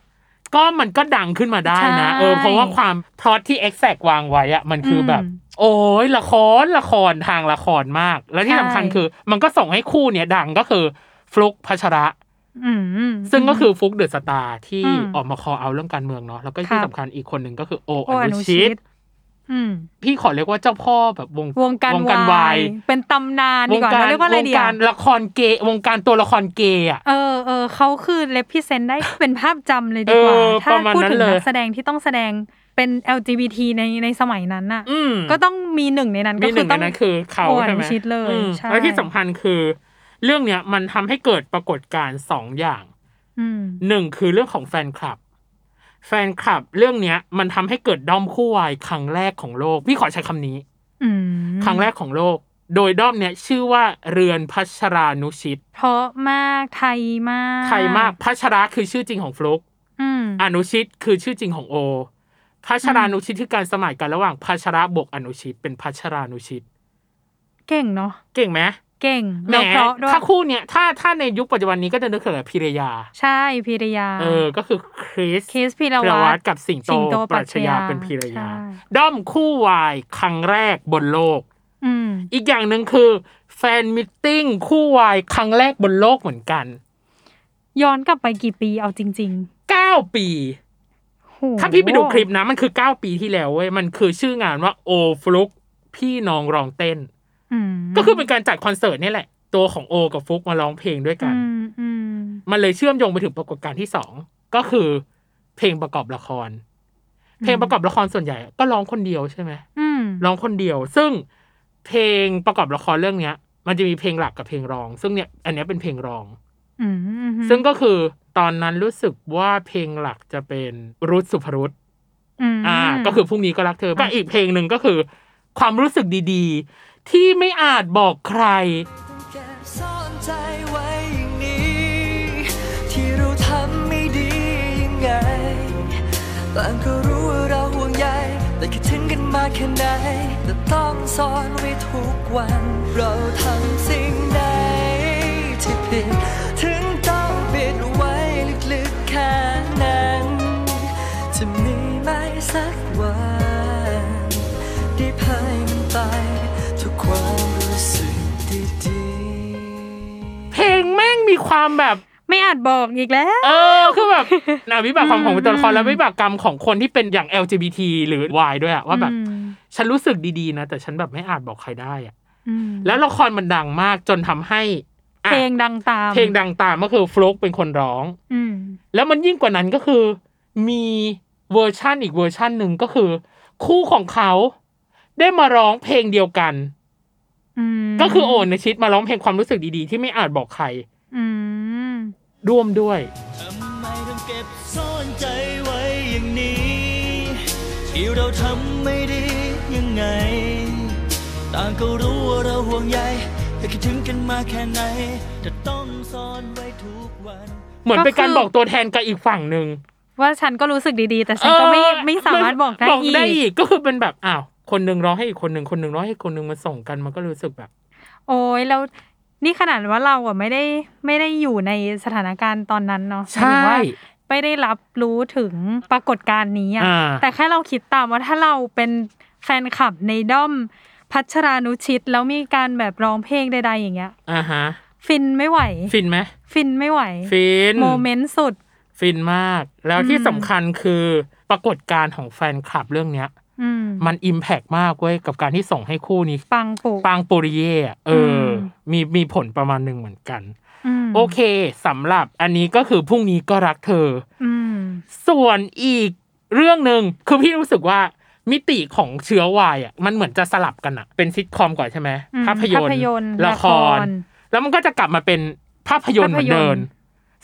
S1: ก็มันก็ดังขึ้นมาได้นะ
S2: ใช่
S1: เออเพราะว่าความพล็อตที่ exact วางไว้อะมันคือแบบ
S2: อืม
S1: โอ้ยละครละครทางละครมาก และที่
S2: ใช่
S1: สำคัญคือ มันก็ส่งให้คู่เนี่ยดังก็คือฟลุกพัชระ
S2: อืม
S1: ซึ่งก็คือฟลุกเดอะสตาร์ที่
S2: อืม
S1: ออกมาคอเอาเรื่องการเมืองเนาะแล้วก็
S2: ครั
S1: ที่
S2: บ
S1: สำคัญอีกคนหนึ่งก็คือโอ
S2: โอ
S1: อ
S2: อ
S1: นุ
S2: นุ
S1: ชิ
S2: ชิ
S1: ต
S2: ตอืม
S1: พี่ขอเรียกว่าเจ้าพ่อแบบวง
S2: วงการ
S1: วงการวาว
S2: าย ย เป็นตำนาน
S1: ว
S2: ดี
S1: ง
S2: กว่า
S1: การ
S2: นะเรียกว่าอะ
S1: ว
S2: ไรง ดีอะ
S1: การละครเกย์วงการตัวละครเกย์อะ
S2: เออเออเขาคือเลพิเซนต์ได้เป็นภาพจำเลยดีกว่า
S1: เออ
S2: ถ้า
S1: ประมาณ
S2: พูด
S1: นั้น
S2: ถึง
S1: เลย
S2: นักแสดงที่ต้องแสดงเป็น LGBT ในในสมัยนั้นน่ะ
S1: อืม
S2: ก็ต้องมีหนึ่งในนั้น
S1: มี
S2: ก็
S1: ห
S2: คื
S1: นึ่
S2: อง ต้
S1: ใน
S2: อง
S1: นั้นคือเขา
S2: โอ้
S1: ใช่ไหม
S2: อนุชิตเลย
S1: อืม
S2: ใช่
S1: แล้วที่สำคัญคือ เรื่องเนี้ยมันทำให้เกิดปรากฏการณ์สองอย่าง
S2: อืม
S1: หนึ่งคือเรื่องของแฟนคลับ แฟนคลับเรื่องเนี้ยมันทำให้เกิดด้อมคู่วายครั้งแรกของโลก พี่ขอใช้คำนี้
S2: อืม
S1: ครั้งแรกของโลก โดยด้อมเนี้ยชื่อว่าเรือนพัชรานุชิต
S2: เพราะมากไทยมาก
S1: ไทยมากพัชราคือชื่อจริงของฟลุก
S2: อืม
S1: อนุชิตคือชื่อจริงของโอ พัชรานุชิตคือการสมัยกันระหว่างพัชระบวกอนุชิต เป็นพัชรานุชิต
S2: เก่งเนาะ
S1: เก่งไหม
S2: เก่ง
S1: แหม
S2: แล้วเพราะด้วย
S1: ถ้าคู่เนี้ยถ้าถ้าในยุคปัจจุบันนี้ก็จะนึกถึงพิรยา
S2: ใช่พีรยา
S1: เออ ก็คือคริส
S2: เคสพีร
S1: พิร
S2: วั
S1: วั
S2: ต
S1: ตรกับสิงโต
S2: สิงโต
S1: ป
S2: ปรั
S1: รัช
S2: ชญา
S1: ญาเป็นพิรยา
S2: ใช่
S1: ด้อมคู่วายครั้งแรกบนโลก
S2: อืม
S1: อีกอย่างหนึ่งคือ แฟนมิทติ้งคู่วายครั้งแรกบนโลกเหมือนกัน
S2: ย้อนกลับไปกี่ปีเอาจริง
S1: 9 ปี
S2: ๆโห
S1: ถ้าพี่ไปดูคลิปนะ มันคือ 9 ปีที่แล้วเว้ยมันคือชื่องานว่าโอฟลุกพี่น้องร้องเต้น
S2: อืม
S1: ก็คือเป็นการจัดคอนเสิร์ตนี่แหละ ตัวของโอ กับฟลุกมาร้องเพลงด้วยกัน
S2: อืมอืม
S1: มันเลยเชื่อมโยงไปถึงปรากฏการณ์ที่สองก็คือเพลงประกอบละคร เพลงประกอบละครส่วนใหญ่ก็ร้องคนเดียวใช่ไหม
S2: อืม
S1: ร้องคนเดียว ซึ่งเพลงประกอบละครเรื่องเนี้ย มันจะมีเพลงหลักกับเพลงรอง ซึ่งเนี่ยอันเนี้ยเป็นเพลงรอง
S2: อืมอืม
S1: ซึ่งก็คือตอนนั้นรู้สึกว่าเพลงหลักจะเป็นรุษสุภรุษ
S2: ม
S1: อ่า ก็คือพรุ่งนี้ก็รักเธอก็อีกเพลงหนึ่งก็คือ ความรู้สึกดีๆ ที่ไม่อาจบอกใคร
S3: แก็บซ่อนใจไว้อย่างนี้ ที่เราทำไม่ดียังไงต่างก็รู้ว่าเราห่วงใยแต่คิดถึงกันมากแค่ไหนแต่ต้องซ่อนไว้ทุกวัน เราทำสิ่งใดที่ผิด ถึงต้องปิดไว้ลึกๆแค่นั้น จะมีไหมสักวันได้พายมันไปทุกความรู้สึกดีๆ
S1: เพลงแม่งมีความแบบ
S2: ไม่อาจบอกอีกแล้ว
S1: เออ คือแบบ นะวิบากกรรมของ
S2: อืม
S1: ตัวละคร
S2: อืม
S1: และวิบากกรรมของคนที่เป็นอย่าง LGBT หรือ Y ด้วยอะว่าแบบ
S2: อืม
S1: ฉันรู้สึกดีๆนะ แต่ฉันแบบไม่อาจบอกใครได้อะ
S2: อืม
S1: แล้วละครมันดังมากจนทำให้อ่ะ
S2: เพลงดังตาม
S1: เพลงดังตามก็คือฟลุกเป็นคนร้อง
S2: อืม
S1: แล้วมันยิ่งกว่านั้นก็คือ มีเวอร์ชั่นอีกเวอร์ชั่นหนึ่งก็คือ คู่ของเขาได้มาร้องเพลงเดียวกัน
S2: อืม
S1: ก็คือโอนในชิดมาร้องเพลงความรู้สึกดีๆ ที่ไม่อาจบอกใคร
S2: อืม
S1: ร่วมด้วย
S3: ทำไมต้องเก็บซ่อนใจไว้อย่างนี้ที่เราทำไม่ดียังไง ต่างก็รู้ว่าเราห่วงใยแต่คิดถึงกันมาแค่ไหนแต่ต้องซ่อนไว้ทุกวัน
S1: เหมือนเป็นการบอกตัวแทนกับอีกฝั่งหนึ่ง
S2: ว่าฉันก็รู้สึกดีๆ แต่ฉันก็ไม่
S1: เออ
S2: ไม่สามารถบอกได้
S1: บอก
S2: อี
S1: ได้
S2: ก
S1: อีกก็คือเป็นแบบอ้าวคนหนึ่งร้องให้อีกคนหนึ่งคนหนึ่งร้องให้อีกคนหนึ่งมาส่งกันมันก็รู้สึกแบบ
S2: โอ้ยแล้วนี่ขนาดว่าเราอ่ะไม่ได้ไม่ได้อยู่ในสถานการณ์ตอนนั้นเนาะหมายถึงว่าไม่ได้รับรู้ถึงปรากฏการณ์นี้อ่ะ
S1: อ่า
S2: แต่แค่เราคิดตามว่าถ้าเราเป็นแฟนคลับในด้อมพัชรานุชิต แล้วมีการแบบร้องเพลงใดๆอย่างเงี้ย
S1: อ่าฮะ
S2: ฟินไม่ไหว
S1: ฟินไหม
S2: ฟินไม่ไหว
S1: ฟิน
S2: โมเมนต์สุด
S1: ฟินมาก แล้วที่
S2: อืม
S1: สำคัญคือปรากฏการณ์ของแฟนคลับเรื่องเนี้ย
S2: อืม
S1: มันอิมแพกมากเว้ยกับการที่ส่งให้คู่นี้
S2: ปังปุ
S1: ปางปุริเย่อะเอออ
S2: ม
S1: มีมีผลประมาณหนึ่งเหมือนกัน
S2: ม
S1: โอเคสำหรับอันนี้ก็คือพรุ่งนี้ก็รักเธอ
S2: อืม
S1: ส่วนอีกเรื่องหนึ่งคือพี่รู้สึกว่ามิติของเชื้อวายอ่ะมันเหมือนจะสลับกันอะเป็นซิทคอมก่อนใช่ไหม
S2: อืม
S1: ภาพยนต
S2: ภาพยนตร์
S1: ร์ละคร
S2: ละคร
S1: แล้วมันก็จะกลับมาเป็นภาพยนตร์เหมือนเดิม
S2: ภาพยนตร์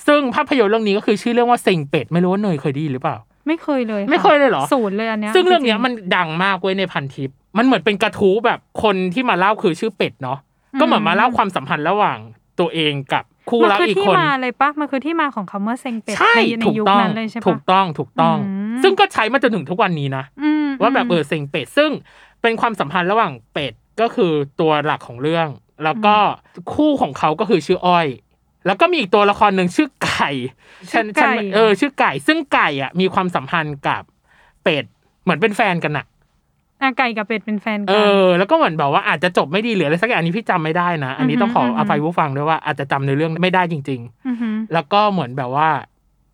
S1: ซึ่งภาพยนตร์เรื่องนี้ก็คือชื่อเรื่องว่าเซ็งเป็ดไม่รู้ว่าเนยเคยไดีหรือเปล่า
S2: ไม่เคยเลยะ
S1: ไม่เคยเลยเหรอ
S2: ศูนย์เลยอันเนี้ย
S1: ซึ่งเรื่องเนี้ย
S2: จๆ
S1: มันดังมากเว้ยในพันทิป มันเหมือนเป็นกระทู้แบบคนที่มาเล่าคือชื่อเป็ดเนาะ
S2: อืม
S1: ก็เหมือนมาเล่าความสัมพันธ์ระหว่างตัวเองกับคู่
S2: มัน
S1: รัก
S2: คือ
S1: อีก
S2: ที่
S1: คน
S2: มาเลยปะมันคือที่มาของคำว่าเซ็งเป็ด
S1: ใช่
S2: ในใน
S1: ถูก
S2: ยุค
S1: ต้อง
S2: นั้นเลยใช่
S1: ถู
S2: ปะ
S1: กต้องถูกต้อง
S2: อืม
S1: ซึ่งก็ใช้มาจนถึงทุกวันนี้นะ
S2: อืม
S1: ว่าแบบเออเซ็งเป็ด ซึ่งเป็นความสัมพันธ์ระหว่างเป็ดก็คือตัวหลักของเรื่อง แล้วก็คู่ของเขาก็คือชื่ออ้อย แล้วก็มีอีกตัวละครหนึ่งชื่อไก่
S2: ชื่อ
S1: ฉั
S2: ไก่
S1: นเออชื่อไก่ ซึ่งไก่อ่ะมีความสัมพันธ์กับเป็ดเหมือนเป็นแฟนกันอะ
S2: อ่ะไก่กับเป็ดเป็นแฟน
S1: เอ
S2: กัน
S1: อแล้วก็เหมือนแบบว่าอาจจะจบไม่ดีเหลืออะไรสักอย่างอันนี้พี่จำไม่ได้นะ อันนี้
S2: อือฮึ
S1: ต้องขออ
S2: อฮึ
S1: ภัยผู้ฟังด้วยว่าอาจจะจำในเรื่องไม่ได้จริง
S2: อหือ
S1: ๆ แล้วก็เหมือนแบบว่า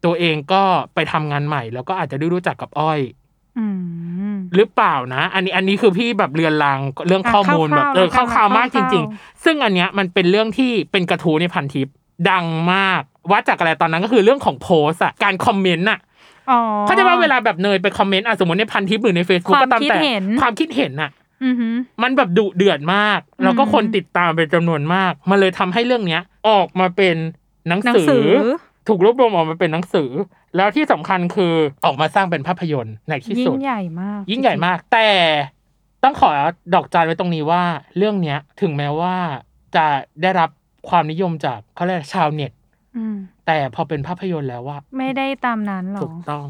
S1: ตัวเองก็ไปทำงานใหม่ แล้วก็อาจจะได้รู้จักกับอ้อย
S2: อืม
S1: หรือเปล่านะ อันนี้อันนี้คือพี่แบบเรือนลางเรื่อง
S2: อ่ะ
S1: ข้อมูลแบบเออ
S2: คร่าวๆ
S1: ข่าวๆมากจ
S2: คร่าวๆ
S1: ริง ๆ ซึ่งอันเนี้ยมันเป็นเรื่องที่เป็นกระทู้ในพันทิปดังมากวัดจากอะไรตอนนั้นก็คือเรื่องของโพสต์อะการคอมเมนต์อะ
S2: อ๋อ
S1: เขาใจะว่าเวลาแบบเนยไปคอมเมนต์อ่ะสมมติในพันทิปหรือใน Facebook
S2: ความ
S1: ก็ตามแต่
S2: คิดเห็น
S1: ความคิดเห็นอะ
S2: อือหือ
S1: มันแบบดุเดือดมาก แล้วก็
S2: อืม
S1: คนติดตามเป็นจำนวนมาก มันเลยทำให้เรื่องเนี้ย ออกมาเป็นหนัง
S2: หนัง
S1: สื
S2: สื
S1: อ
S2: อ
S1: ถูกรวบรวมออกมาเป็นหนังสือ แล้วที่สำคัญคือออกมาสร้างเป็นภาพยนตร์ในที่
S2: ยิ่
S1: สุ
S2: ง
S1: ด
S2: ใหญ่มาก
S1: ยิ่งใหญ่มาก แต่ต้องขอดอกจันไว้ตรงนี้ว่า เรื่องเนี้ยถึงแม้ว่าจะได้รับความนิยมจากเขาเรียกชาวเน็ต
S2: อืม
S1: แต่พอเป็นภาพยนตร์แล้วว่า
S2: ไม่ได้ตามนั้นหรอ
S1: ถูกต้อง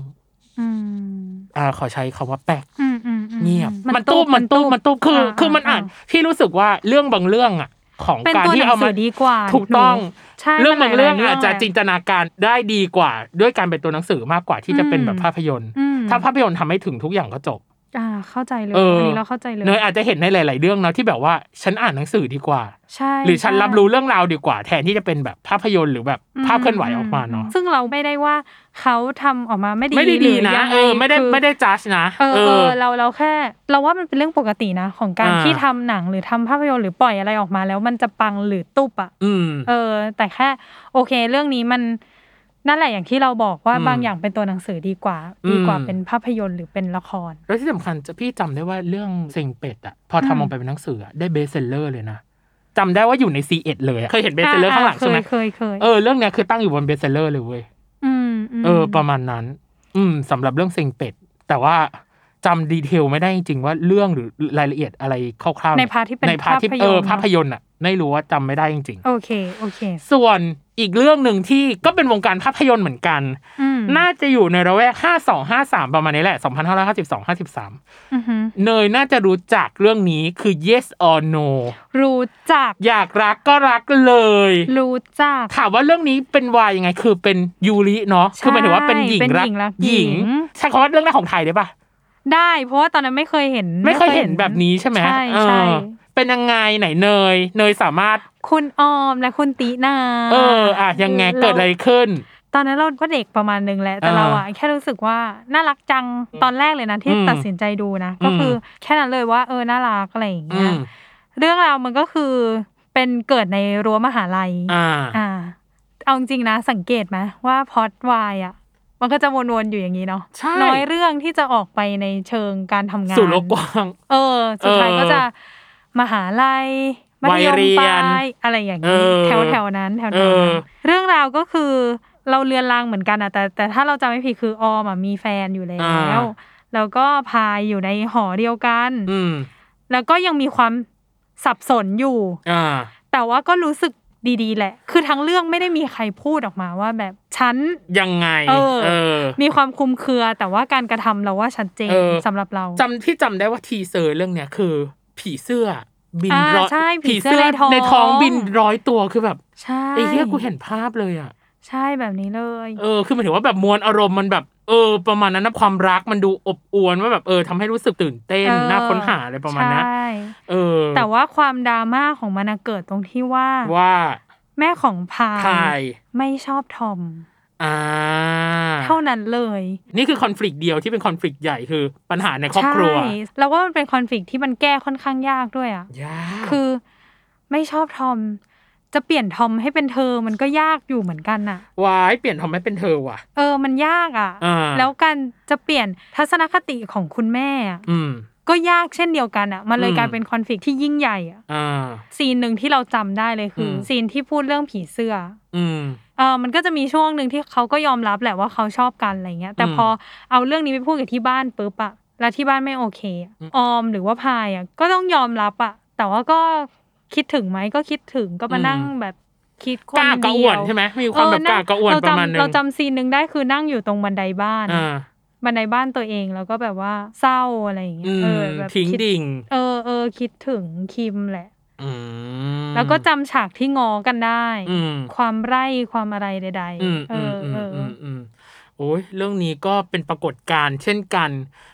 S2: อืม
S1: อ่าขอใช้คำว่าแปลก
S2: อืมอืมอืม
S1: เงียบมัน
S2: ตุ๊
S1: ตุ้มมันตุ้มมันตุ้มคือ
S2: า
S1: คือมันอ่านพี่รู้สึกว่าเรื่องบางเรื่องอ่ะ ของ
S2: เป็น
S1: การ
S2: ตัว
S1: ที่
S2: หนั
S1: เอา
S2: งสื
S1: มา
S2: อดีกว่า
S1: ถูกต้อง
S2: หนูใช่
S1: เรื่องบางเรื่อง
S2: มันหลยๆ
S1: อาจจะจินตนาการได้ดีกว่า ด้วยการเป็นตัวหนังสือมากกว่าที่จะเป็นแบบภาพยนตร์
S2: อืม
S1: ถ้าภาพยนตร์ทำให้ถึงทุกอย่างก็จบ
S2: อ่าเข้าใจเลย
S1: เอออั
S2: อันนี้เราเข้าใจเลย
S1: เนยอาจจะเห็นในหลาย ๆ เรื่องนะที่แบบว่าฉันอ่านหนังสือดีกว่า
S2: ใช่
S1: หรือฉัน
S2: ใช่
S1: รับรู้เรื่องราวดีกว่า แทนที่จะเป็นแบบภาพยนตร์หรือแบบภาพเคลื่อนไหวออกมาเนาะ
S2: ซึ่งเราไม่ได้ว่าเขาทำออกมาไม่ดี
S1: ไม่ได้ดีนะ
S2: หรือยังง
S1: เออ ไม่ได้
S2: คือ
S1: ไม่ได้จัดนะ
S2: เออเออเราเราแค่ เราว่ามันเป็นเรื่องปกตินะ ของการ
S1: อ่า
S2: ที่ทำหนังหรือทำภาพยนตร์หรือปล่อยอะไรออกมา แล้วมันจะปังหรือตุบอ่ะ
S1: อืม
S2: เออ แต่แค่ โอเค เรื่องนี้มันนั่นแหละอย่างที่เราบอกว่า
S1: อืม
S2: บางอย่างเป็นตัวหนังสือดีกว่า ดีกว่า
S1: อืม
S2: เป็นภาพยนตร์หรือเป็นละคร
S1: แล้วที่สำคัญจะพี่จำได้ว่าเรื่องเซ็งเป็ดอะพอ
S2: อื
S1: ทำ
S2: ม
S1: ออกไปเป็นหนังสืออะได้เบสเซลเลอร์เลยนะจำได้ว่าอยู่ใน C ีเอ็ดเลยอะเคยเห็นเบสเซลเลอร์ข้างหลังใช่ไหม
S2: เคยเคย
S1: เออเรื่องเนี้ยคือตั้งอยู่บนเบสเซลเลอร์เลยเว้ย
S2: อืมม
S1: เออประมาณนั้น อืมสำหรับเรื่องเซ็งเป็ด แต่ว่าจำดีเทลไม่ได้จริงๆว่าเรื่องหรือรายละเอียดอะไรคร่าวๆ
S2: ใน
S1: เย
S2: พาร์ทที่เป็น
S1: ในพาร์ทที่เออภาพ
S2: ยนต
S1: ยนต
S2: ร์
S1: ร์อะไม่รู้ว่าจำไม่ได้จริง
S2: เนอะโอเคโอเค
S1: ๆ ส่วนอีกเรื่องหนึ่งที่ก็เป็นวงการภาพยนตร์เหมือนกัน
S2: อืม
S1: น่าจะอยู่ในระแวก5253ประมาณนี้แหละ2552 53
S2: อือหือ
S1: เนยน่าจะรู้จักเรื่องนี้คือ yes or no
S2: รู้จัก
S1: อยากรักก็รักเลย
S2: รู้จัก
S1: ถามว่าเรื่องนี้เป็นวายยังไง คือเป็นยูริเนาะ
S2: ใช่
S1: คือหมายถึงว่าเป็นหญิง
S2: เป็น
S1: รั
S2: หญิงรัก
S1: กหญิง
S2: หญิง
S1: ใช้คำว่าเรื่องแรกของไทยได้ปะ
S2: ได้เพราะว่าตอนนั้นไม่เคยเห็น
S1: ไม่เคยเห็นแบบนี้ใช่ไหม
S2: ใช่
S1: เออ
S2: ใช่
S1: เป็นยังไงไหนเนย เนยสามารถ
S2: คุณออมและคุณตินา
S1: เอออ่ะยังไงเกิดอะไรขึ้น
S2: ตอนนั้นเราก็เด็กประมาณนึงแหละแต่
S1: อ่า
S2: เราอะแค่รู้สึกว่าน่ารักจังตอนแรกเลยนะที่
S1: อืม
S2: ตัดสินใจดูนะ ก็คืออแค่นั้นเลยว่าเออน่ารักอะไรอย่าง
S1: อื
S2: เงี้ย
S1: ม
S2: เรื่องราวมันก็คือเป็นเกิดในรั้วมหาลัย
S1: อ่า
S2: อ่า เอาจริงๆนะสังเกตไหมว่าพล็อดวายอะมันก็จะวนๆอยู่อย่างนี้เนาะ
S1: ใช่
S2: น้อยเรื่องที่จะออกไปในเชิงการทำงาน
S1: สู่โลกกว้าง
S2: เออ สุดท้าย
S1: เออ
S2: ก็จะมหาลัยมัธยม
S1: วัยเรี
S2: ป
S1: ย
S2: ลาน ยอะไรอย่าง
S1: เอ
S2: นี้
S1: อ
S2: แถวแถวๆนั้นแถวๆ
S1: เอ
S2: นั้น
S1: อ
S2: เรื่องราวก็คือเราเรือนรางเหมือนกันอะแต่แต่ถ้าเราจำไม่ผิดคือออมอะมีแฟนอยู่แล้วแล้วก็พายอยู่ในหอเดียวกัน
S1: อืม
S2: แล้วก็ยังมีความสับสนอยู่
S1: อ่า
S2: แต่ว่าก็รู้สึก ดีๆ แหละ คือทั้งเรื่องไม่ได้มีใครพูดออกมาว่าแบบฉัน
S1: ยังไง
S2: เออ
S1: เออ
S2: มีความคลุมเครือแต่ว่าการกระทำเราว่าชัดเจน
S1: เออ
S2: สำหรับเรา
S1: จำที่จำได้ว่าทีเซอร์เรื่องเนี้ยคือ ผีเสื้อบิน
S2: อ่า
S1: ร้อย
S2: ใช่ผีเสื้อในท้อง
S1: ในท้องบินร้อยตัวคือแบบ
S2: ใช่
S1: ไอ้เหี้ยกูเห็นภาพเลยอ่ะ
S2: ใช่แบบนี้เลย
S1: เออ คือหมายถึงว่าแบบมวลอารมณ์มันแบบ เออ ประมาณนั้นนะความรักมันดูอบอวลว่าแบบเออทำให้รู้สึกตื่นเต้น
S2: เออ
S1: น่าค้นหาอะไรประมาณนั้น
S2: ใช่
S1: เออ
S2: แต่ว่าความดราม่าของมันอะเกิดตรงที่ว่า
S1: ว่า
S2: แม่ของพา
S1: ถ่าย ย
S2: ไม่ชอบทอม
S1: อ่า
S2: เท่านั้นเลย
S1: นี่คือคอน FLICT เดียวที่เป็นคอน FLICT ใหญ่คือปัญหาในครอบครัว
S2: ใช่แล้วว่ามันเป็นคอนฟ lict ที่มันแก้ค่อนข้างยากด้วยอ่ะ
S1: ยาก
S2: คือไม่ชอบทอม จะเปลี่ยนทอมให้เป็นเธอมันก็ยากอยู่เหมือนกันน่ะ
S1: วายเปลี่ยนทำให้เป็นเธอว่ะ
S2: เออมันยากอ่ะ
S1: อ่า
S2: แล้วการจะเปลี่ยนทัศนคติของคุณแม่อะ
S1: อืม
S2: ก็ยากเช่นเดียวกันอ่ะ มันเลย
S1: อืม
S2: กลายเป็นคอนฟ lict ที่ยิ่งใหญ่อ่ะ
S1: อ่า
S2: ซีนหนึ่งที่เราจำได้เลยคืออ
S1: ม
S2: ซีนที่พูดเรื่องผีเสื้อ
S1: อืม
S2: เออมันก็จะมีช่วงหนึ่งที่เขาก็ยอมรับแหละว่าเขาชอบกันอะไรเงี้ย แต่
S1: อืม
S2: พอเอาเรื่องนี้ไปพูดกับที่บ้านปุ๊บอะแล้วที่บ้านไม่โอเคอะ
S1: อืม
S2: ออมหรือว่าพายอะก็ต้องยอมรับอะแต่ว่าก็คิดถึงไหมก็คิดถึงก็มานั่งแบบคิดคน
S1: กล้าก
S2: เดียว
S1: ระอ่วนใช่ไหมมีความแบบ
S2: เออก นั่ง
S1: ล้ากระอ่วน
S2: เ
S1: ประมาณนึ
S2: จำ
S1: ง
S2: เราจำซีนหนึ่งได้คือนั่งอยู่ตรงบันไดบ้าน
S1: อ่า
S2: บันไดบ้านตัวเองแล้วก็แบบว่าเศร้าอะไรอย่างเงี้
S1: อื
S2: ยเอ
S1: ม
S2: อแบบ
S1: ทิ้ง
S2: คิด
S1: ดิ่ง
S2: เออเออคิดถึงคิมแหละ
S1: อืม
S2: แล้วก็จำฉากที่งอกันได้
S1: อืม
S2: ความไร่ความอะไรใด
S1: อืม
S2: ๆเอ
S1: อืม
S2: อ
S1: อืม
S2: เอออ
S1: อืมอืมโอ้ยเรื่องนี้ก็เป็นปรากฏการณ์เช่นกัน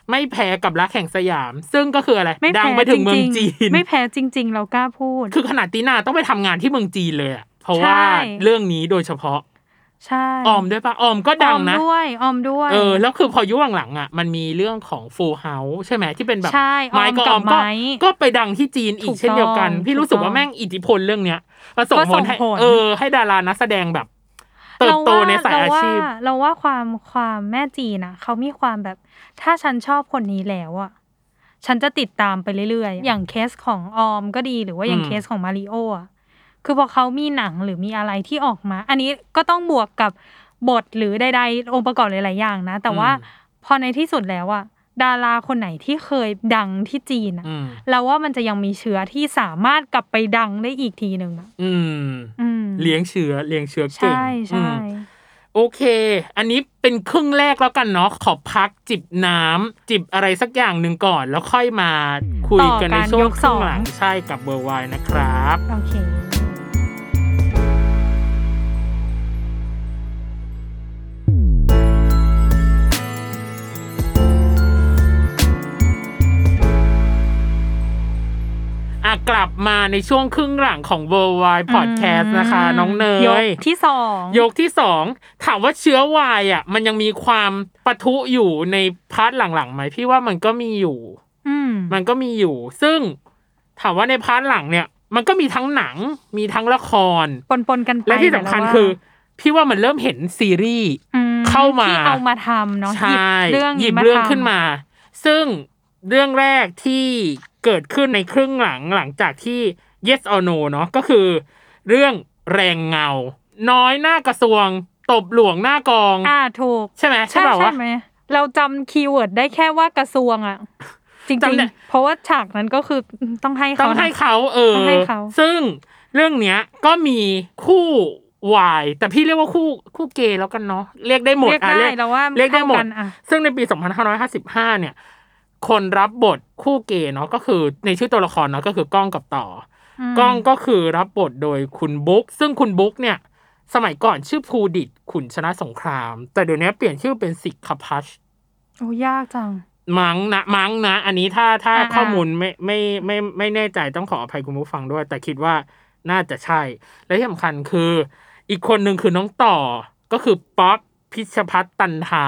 S1: ไม่แพ้กับรักแห่งสยาม ซึ่งก็คืออะไร
S2: ไม่
S1: ดั
S2: แพ้
S1: ไปถึงเมือง
S2: ริ
S1: จีน
S2: ไม่แพ้จริง ๆ เรากล้าพูด
S1: คือขนาดตีนาต้องไปทำงานที่เมืองจีนเลยอะเพราะว่า
S2: ใช่
S1: เรื่องนี้โดยเฉพาะ
S2: ใช่
S1: ออมด้วยปะออมก็ดังนะ
S2: ออมด้วยออมด้วย
S1: เออแล้วคือพอยุคหลังๆอ่ะมันมีเรื่องของฟูเฮาใช่ไหมที่เป็นแบบ
S2: ใช่ออม
S1: ก็
S2: กับ
S1: ก็
S2: ไม้
S1: ก็ไปดังที่จีนอี
S2: ถู
S1: ก
S2: ก
S1: เช่นเดียวกัน
S2: ต้อง
S1: พี่รู้สึกว่าแม่งอิทธิพลเรื่องเนี้ยมาส่ง
S2: ก็
S1: ผ
S2: ส่
S1: ล
S2: ง
S1: ให้
S2: ผล
S1: เออ ให้ดารานักแสดงแบบ เติบโตในสายอาชีพ
S2: เรว่เราว่าความความแม่จีนนะเขามีความแบบ ถ้าฉันชอบคนนี้แล้วอ่ะฉันจะติดตามไปเรื่อยๆ อย่างเคสของออมก็ดีหรือว่าอย่าง
S1: อืม
S2: เคสของมาริโออ่ะคือพอเขามีหนังหรือมีอะไรที่ออกมา อันนี้ก็ต้องบวกกับบทหรือใดๆองค์ประกอบหลายๆอย่างนะ แต่ว่าพอในที่สุดแล้วอ่ะดาราคนไหนที่เคยดังที่จีนอ่ะ
S1: อืม
S2: เราว่ามันจะยังมีเชื้อที่สามารถกลับไปดังได้อีกทีหนึ่งอ่ะ
S1: อืม
S2: อืม
S1: เลี้ยงเชื้อเลี้ยงเชื้อเก่ง
S2: ใช่
S1: อื
S2: ใช่
S1: มโอเค อันนี้เป็นครึ่งแรกแล้วกันเนาะขอพักจิบน้ำจิบอะไรสักอย่างหนึ่งก่อน แล้วค่อยมาคุยกันในช่วง
S2: ต่อกันยก
S1: ค
S2: ส
S1: รึ่
S2: อง ง
S1: หลังใช่กับเบอร์ไวนะครับ
S2: โอเค
S1: อ่ะกลับมาในช่วงครึ่งหลังของเบอร์ไวพอดแคสต์นะคะ
S2: ม
S1: น้องเน
S2: ยก
S1: ย
S2: ที่สอง
S1: ยกที่สองถามว่าเชื้อวายอ่ะ มันยังมีความปะทุอยู่ในพาร์ทหลังๆไหมพี่ว่ามันก็มีอยู่
S2: อืม
S1: มันก็มีอยู่ ซึ่งถามว่าในพาร์ทหลังเนี่ย มันก็มีทั้งหนัง มีทั้งละคร
S2: ปนปนๆกันไป
S1: และที่สำคัญ
S2: แต่ละ
S1: คือ พี่ว่ามันเริ่มเห็นซีรีส์
S2: ม
S1: เข้ามา
S2: ที่เอามาทำเนาะหยิ
S1: ใช่
S2: บเรื่อง
S1: หยิบ
S2: นี้า
S1: เรื่อง
S2: ทำ
S1: ขึ้นมา ซึ่งเรื่องแรกที่เกิดขึ้นในครึ่งหลังหลังจากที่ yes or no เนาะก็คือ เรื่องแรงเงา น้อยหน้ากระทรวง ตบหลวงหน้ากอง
S2: อ่าถูก
S1: ใช่ไหมใช่เปล่าวะ
S2: ไหมเราจำคีย์เวิร์ดได้แค่ว่ากระทรวงอ่ะ จริ
S1: จำ
S2: ง
S1: ได้
S2: ๆ เพราะว่าฉากนั้นก็คือต้องให้
S1: ต้
S2: เขา
S1: อง
S2: นะ
S1: ให้เขาเออ
S2: ต้องให้เขา
S1: ซึ่งเรื่องเนี้ยก็มีคู่วาย แต่พี่เรียกว่าคู่คู่เกย์แล้วกันเนาะเรียกได้หมด
S2: เรียก
S1: อ่ะ
S2: ได้แล้วว่า
S1: เรียกได้หมด
S2: ท่ากันอ่ะ
S1: ซึ่งในปี 2555 เนี่ย คนรับบทคู่เกย์เนาะก็คือในชื่อตัวละครเนาะก็คือก้องกับต่ออ
S2: ม
S1: ก้องก็คือรับบทโดยคุณบุ๊กซึ่งคุณบุ๊กเนี่ย สมัยก่อนชื่อภูดิตขุนชนะสงคราม แต่เดี๋ยวนี้เปลี่ยนชื่อเป็นสิกขพัช
S2: โอ้ยากจัง
S1: มังนะมังนะ อันนี้ถ้าถ้า
S2: อ่าๆ
S1: ข้อมูลไม่ไม่ไม่ไม่แน่ใจต้องขออภัยคุณผู้ฟังด้วย แต่คิดว่าน่าจะใช่ และที่สำคัญคือ อีกคนหนึ่งคือน้องต่อก็คือป๊อปพิชพัฒน์ตันทา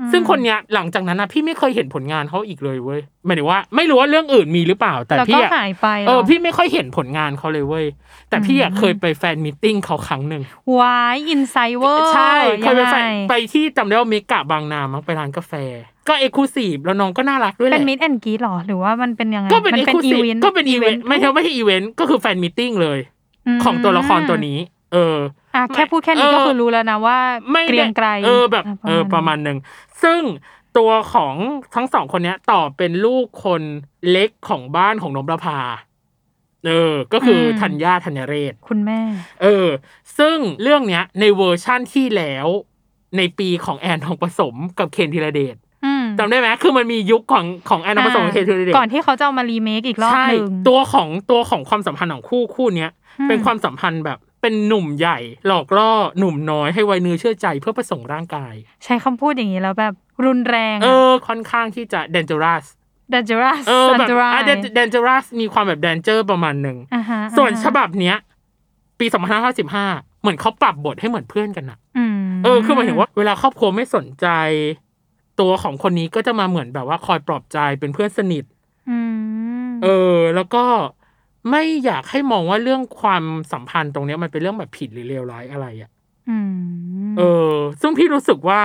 S2: อืม
S1: ซึ่งคนเนี้ยหลังจากนั้นนะพี่ไม่เคยเห็นผลงานเขาอีกเลยเว้ยหมายถึงว่าไม่รู้ว่าเรื่องอื่นมีหรือเปล่า แต่
S2: แล้ว
S1: พี่
S2: ก็
S1: อะ
S2: หายไป
S1: เออ
S2: หร
S1: พี่ไม่ค่อยเห็นผลงานเขาเลยเว้ยแต่พี่อะ
S2: อืม
S1: เคยไปแฟนมิทติ้งเขาครั้งหนึ่ง
S2: วายอินไซเวอร์
S1: ใช่เคยไปแฟน
S2: งง
S1: ไปที่จำได้ว่าเมกะบางนามั้งไปร้านกาแฟ ก็เอกลูซีแล้วน้องก็น่ารักด้วยแห
S2: เป็
S1: ละ
S2: นมิดแอนกีหรอหรือว่ามันเป็นยังไง
S1: ก็เป็น
S2: มั
S1: เอก
S2: เป็น
S1: ลู
S2: อี
S1: ซี
S2: เวนต์
S1: ก็เป็นอีเวนต์ไม่ใช่ไม่ใช่อีเวนต์ก็คือแฟนมิทติ้งเลย
S2: ม
S1: ของตัวละครตัวนี้ เออ
S2: อ่ะ
S1: ไม่
S2: แค่พูดแค่นี้
S1: เออ
S2: ก็คือรู้แล้วนะว่า
S1: ไม่
S2: เกรียงไกร
S1: เออแบบเออประมาณหนึ่งซึ่งตัวของทั้งสองคนเนี้ยต่อเป็นลูกคนเล็กของบ้านของนมประภา เออ ก็คืออ
S2: ม
S1: ธัญญาธัญเรศ
S2: คุณแม่
S1: เออ ซึ่งเรื่องเนี้ย ในเวอร์ชั่นที่แล้ว ในปีของแอนทองผสมกับเคนธีรเดช
S2: อืม
S1: จำได้ไหมคือมันมียุคของของแอนทองผสมกับเคนธีรเดช
S2: ก่อนที่เขาจะเอามารีเมคอีกรอบ
S1: ใช่
S2: หนึ่ง
S1: ตัวของตัวของความสัมพันธ์ของคู่คู่เนี้ย
S2: อื
S1: เป็นความสัมพันธ์แบบเป็นหนุ่มใหญ่ หลอกล่อหนุ่มน้อยให้ไว้เนื้อเชื่อใจเพื่อประสงค์ร่างกาย
S2: ใช้คำพูดอย่างนี้แล้วแบบรุนแรง
S1: เออ ค่อนข้างที่จะ dangerous
S2: ดัจจรัส
S1: เออแบบ
S2: อันตราย
S1: อ่ะ dan- dangerous มีความแบบ danger ประมาณหนึ่ง
S2: อ่าฮะ
S1: ส่วน
S2: อ่าฮะ
S1: ฉบับเนี้ย ปี2555 เหมือนเขาปรับบทให้เหมือนเพื่อนกันอะ
S2: อืม
S1: เออคือหมายถึงว่าเวลาครอบครัวไม่สนใจ ตัวของคนนี้ก็จะมาเหมือนแบบว่าคอยปลอบใจเป็นเพื่อนสนิท
S2: อืม
S1: เออ แล้วก็ไม่อยากให้มองว่าเรื่องความสัมพันธ์ตรงเนี้ยมันเป็นเรื่องแบบผิดหรือเลวร้ายอะไรอะ่ะ
S2: ม
S1: เออ ซึ่งพี่รู้สึกว่า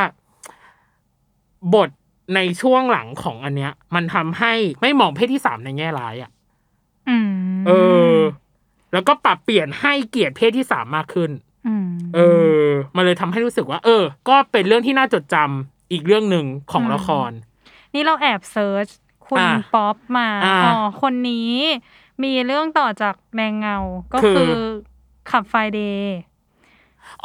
S1: บทในช่วงหลังของอันเนี้ย มันทำให้ไม่มองเพศที่สามในแง่ร้ายอะ่ะ
S2: ม
S1: เออ แล้วก็ปรับเปลี่ยนให้เกียรติเพศที่สามมากขึ้น
S2: ม
S1: เออ มันเลยทำให้รู้สึกว่า เออ ก็เป็นเรื่องที่น่าจดจำอีกเรื่องหนึ่งของละคร
S2: นี่เราแอบเซิร์ชคุณ
S1: อ่า
S2: ป๊อปมา
S1: อ่า
S2: อ๋อคนนี้มีเรื่องต่อจากแมงเงา ก็
S1: คือ
S2: คือขับไฟเดย์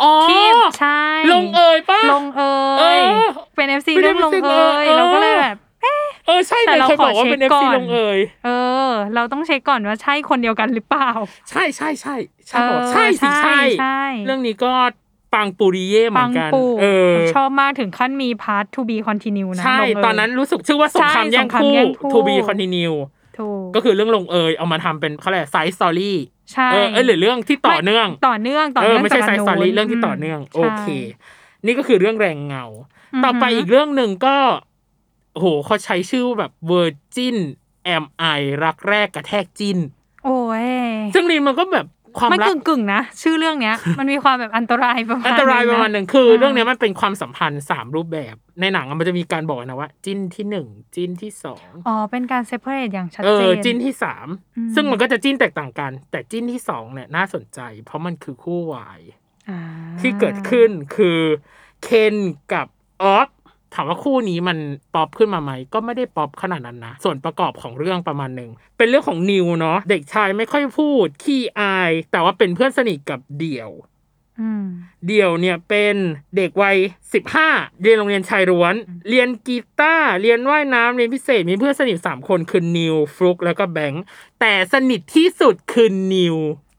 S1: อ๋อ
S2: ที่ใช่
S1: ลงเอยป่ะ
S2: ลงเอ
S1: เอย อ
S2: เป็นเอฟซี
S1: เป็น
S2: เรื่องลงเอ
S1: FC
S2: ย
S1: เออ
S2: เราก็เลยแบบ
S1: เออใช่เล
S2: แต่
S1: ย
S2: เรา
S1: เคยบอกว่า
S2: ขอเช็ค
S1: เป็นเอฟ
S2: ก่อ
S1: ซี
S2: น
S1: ลงเอย
S2: เออ เราต้องเช็คก่อนว่าใช่คนเดียวกันหรือเปล่า
S1: ใช่ใช่ใช่ใช่
S2: เออ
S1: ป่ะใช่สิใช่
S2: ใช่
S1: เรื่องนี้ก็ปังปูริเย่เหมื
S2: ปั
S1: องนกัน
S2: ปู
S1: เออ
S2: ชอบมากถึงขั้นมีพาร์ท to be continue นะ
S1: ใช่
S2: ลงเย
S1: ตอนนั้นรู้สึกชื่อว่าสงคราม
S2: ใช่
S1: แย่ง
S2: สงคราม
S1: คู่
S2: แย่งคู่
S1: ทูบีคอนติเนีย
S2: ถูก
S1: ก็คือเรื่องลงเอยเอามาทำเป็นเขาเรียกไซส์สตอรี่
S2: ใช่
S1: เออเอยหรือเรื่องที่ต่อเนื่อง
S2: ต่อเนื่องต่อ
S1: เออ
S2: เนื่อง
S1: ไม่ใช่
S2: จาก
S1: ไซ
S2: อัน
S1: ส์ส
S2: โน้น
S1: ตอรี่เรื่องที่ต่อเนื่อง โอ
S2: ใช่
S1: เค นี่ก็คือเรื่องแรงเงา
S2: ม
S1: ต่อไปอีกเรื่องหนึ่งก็โอ้โหเขาใช้ชื่อแบบ Virgin M I รักแรกกระแทกจิ้น
S2: โอ้ย
S1: ซึ่งลินมันก็แบบความ
S2: มัน
S1: รัก
S2: กึ่งกึ่งๆนะ ชื่อเรื่อง เนี้ย มันมีความแบบอันตรายประมาณ
S1: อันตรายประมาณห
S2: นึง
S1: นึ่งคืออ
S2: ม
S1: เรื่องเนี้ยมันเป็นความสัมพันธ์สามรูปแบบ ในหนังอะมันจะมีการบอกนะว่า จิ้นที่หนึ่งจิ้นที่สอง
S2: อ๋อเป็นการเซ p เ r a t e อย่างชัด
S1: เอ
S2: เจ
S1: อน จิ้นที่สาม
S2: อืม
S1: ซึ่งมันก็จะจิ้นแตกต่างกัน แต่จิ้นที่สองเนี่ยน่าสนใจ เพราะมันคือคู่วาย
S2: อ่า
S1: ที่เกิดขึ้นคือเคนกับออฟถามว่าคู่นี้มันป๊อปขึ้นมาไหม ก็ไม่ได้ป๊อปขนาดนั้นนะ ส่วนประกอบของเรื่องประมาณหนึ่ง เป็นเรื่องของนิวเนาะเด็กชายไม่ค่อยพูด ขี้อาย แต่ว่าเป็นเพื่อนสนิทกับเดี่ยว
S2: อืม
S1: เดี่ยวเนี่ยเป็นเด็กวัย 15 เรียนโรงเรียนชายล้วน เรียนกีตาร์เรียนว่ายน้ำเรียนพิเศษมีเพื่อนสนิทสามคนคือนิวฟลุกแล้วก็แบงค์แต่สนิทที่สุดคือนิว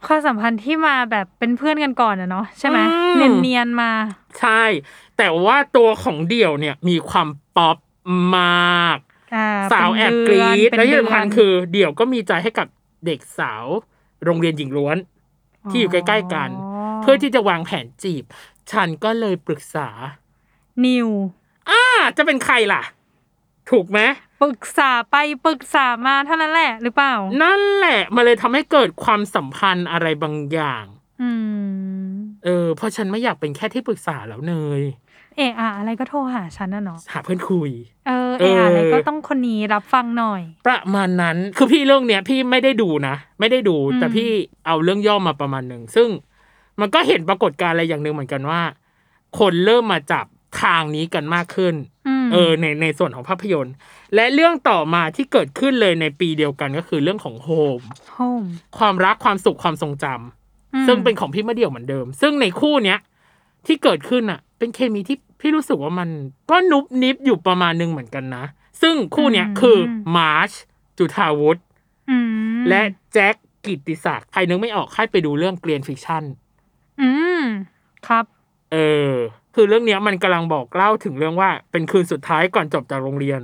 S2: ความสัมพันธ์ที่มาแบบเป็นเพื่อนกันก่อนอะเนาะใช่ไหม
S1: อื
S2: เนีย
S1: ม
S2: นเนียนๆมา
S1: ใช่ แต่ว่าตัวของเดี่ยวเนี่ยมีความป๊อปมาก
S2: อ่า
S1: สาวแอบกรี๊ด
S2: เป็น
S1: และ
S2: เดื
S1: ที่
S2: อน
S1: สำคัญคือ เดี่ยวก็มีใจให้กับเด็กสาวโรงเรียนหญิงล้วน ที่อยู่ใกล้ๆกัน เพื่อที่จะวางแผนจีบ ฉันก็เลยปรึกษา
S2: นิว
S1: อ่า จะเป็นใครล่ะ ถูกไหม
S2: ปรึกษาไปปรึกษามาเท่านั้นแหละหรือเปล่า
S1: นั่นแหละมันเลยทำให้เกิดความสัมพันธ์อะไรบางอย่าง
S2: อืม
S1: เออเพราะฉันไม่อยากเป็นแค่ที่ปรึกษาแล้วเนย
S2: เอออะอะไรก็โทรหาฉันนะเนาะ
S1: หาเพื่อนคุย
S2: เออเออ
S1: เอออ
S2: อะอะไรก็ต้องคนนี้รับฟังหน่อย
S1: ประมาณนั้น คือพี่เรื่องเนี้ยพี่ไม่ได้ดูนะ ไม่ได้ดู
S2: อืม
S1: แต่พี่เอาเรื่องย่อมาประมาณหนึ่ง ซึ่งมันก็เห็นปรากฏการณ์อะไรอย่างหนึ่งเหมือนกันว่า คนเริ่มมาจับทางนี้กันมากขึ้น
S2: ม
S1: เออ ในในส่วนของภาพยนตร์ และเรื่องต่อมาที่เกิดขึ้นเลยในปีเดียวกันก็คือเรื่องของโฮม
S2: โฮม
S1: ความรักความสุขความทรงจำ
S2: อืม
S1: ซึ่งเป็นของพี่มะเดี่ยวเหมือนเดิม ซึ่งในคู่เนี้ยที่เกิดขึ้นอ่ะ เป็นเคมีที่พี่รู้สึกว่ามันก็นุบนิบอยู่ประมาณหนึงเหมือนกันนะ ซึ่งคู่เนี้ยคือมาร์ชจุธาวุฒิ
S2: อืม
S1: และแจ็คกิตติศักดิ์ใครนึกไม่ออกให้ไปดูเรื่องเกรียนฟิกชั่น
S2: อืมครับ
S1: เออ คือเรื่องเนี้ยมันกำลังบอกเล่าถึงเรื่องว่าเป็นคืนสุดท้ายก่อนจบจากโรงเรียน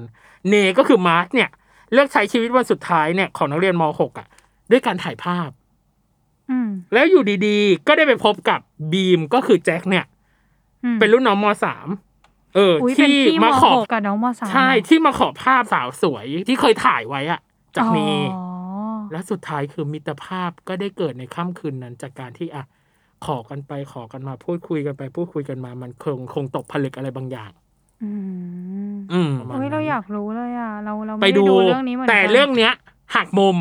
S1: เนก็คือมาร์ชเนี่ยเลือกใช้ชีวิตวันสุดท้ายเนี่ยของนักเรียนม .6 อ่ะ ด้วยการถ่ายภาพ
S2: อืม
S1: แล้วอยู่ดีๆ ก็ได้ไปพบกับบีมก็คือแจ็คเนี่ย
S2: อืม
S1: เป็นรุ่นน้องมสามเอออ
S2: อุ๊ยเป็น
S1: ที่
S2: พี่ม
S1: มาขอ
S2: หกกับน้องมสาม
S1: ใช่ที่มาขอภาพสาวสวยที่เคยถ่ายไว้อะจากเมย์
S2: อ๋อ
S1: และสุดท้ายคือมิตรภาพก็ได้เกิดในค่ำคืนนั้น จากการที่อะขอกันไปขอกันมาพูดคุยกันไปพูดคุยกันมามันคงคงตกผลึกอะไรบางอย่าง
S2: อืม
S1: อืม
S2: อุ้ยเราอยากรู้เลยอ่ะ เราเรา
S1: ไป
S2: ไม่ได้
S1: ดู
S2: ดูเรื่องนี้เหมือนกัน
S1: แต่เรื่องเนี้ยหักมุม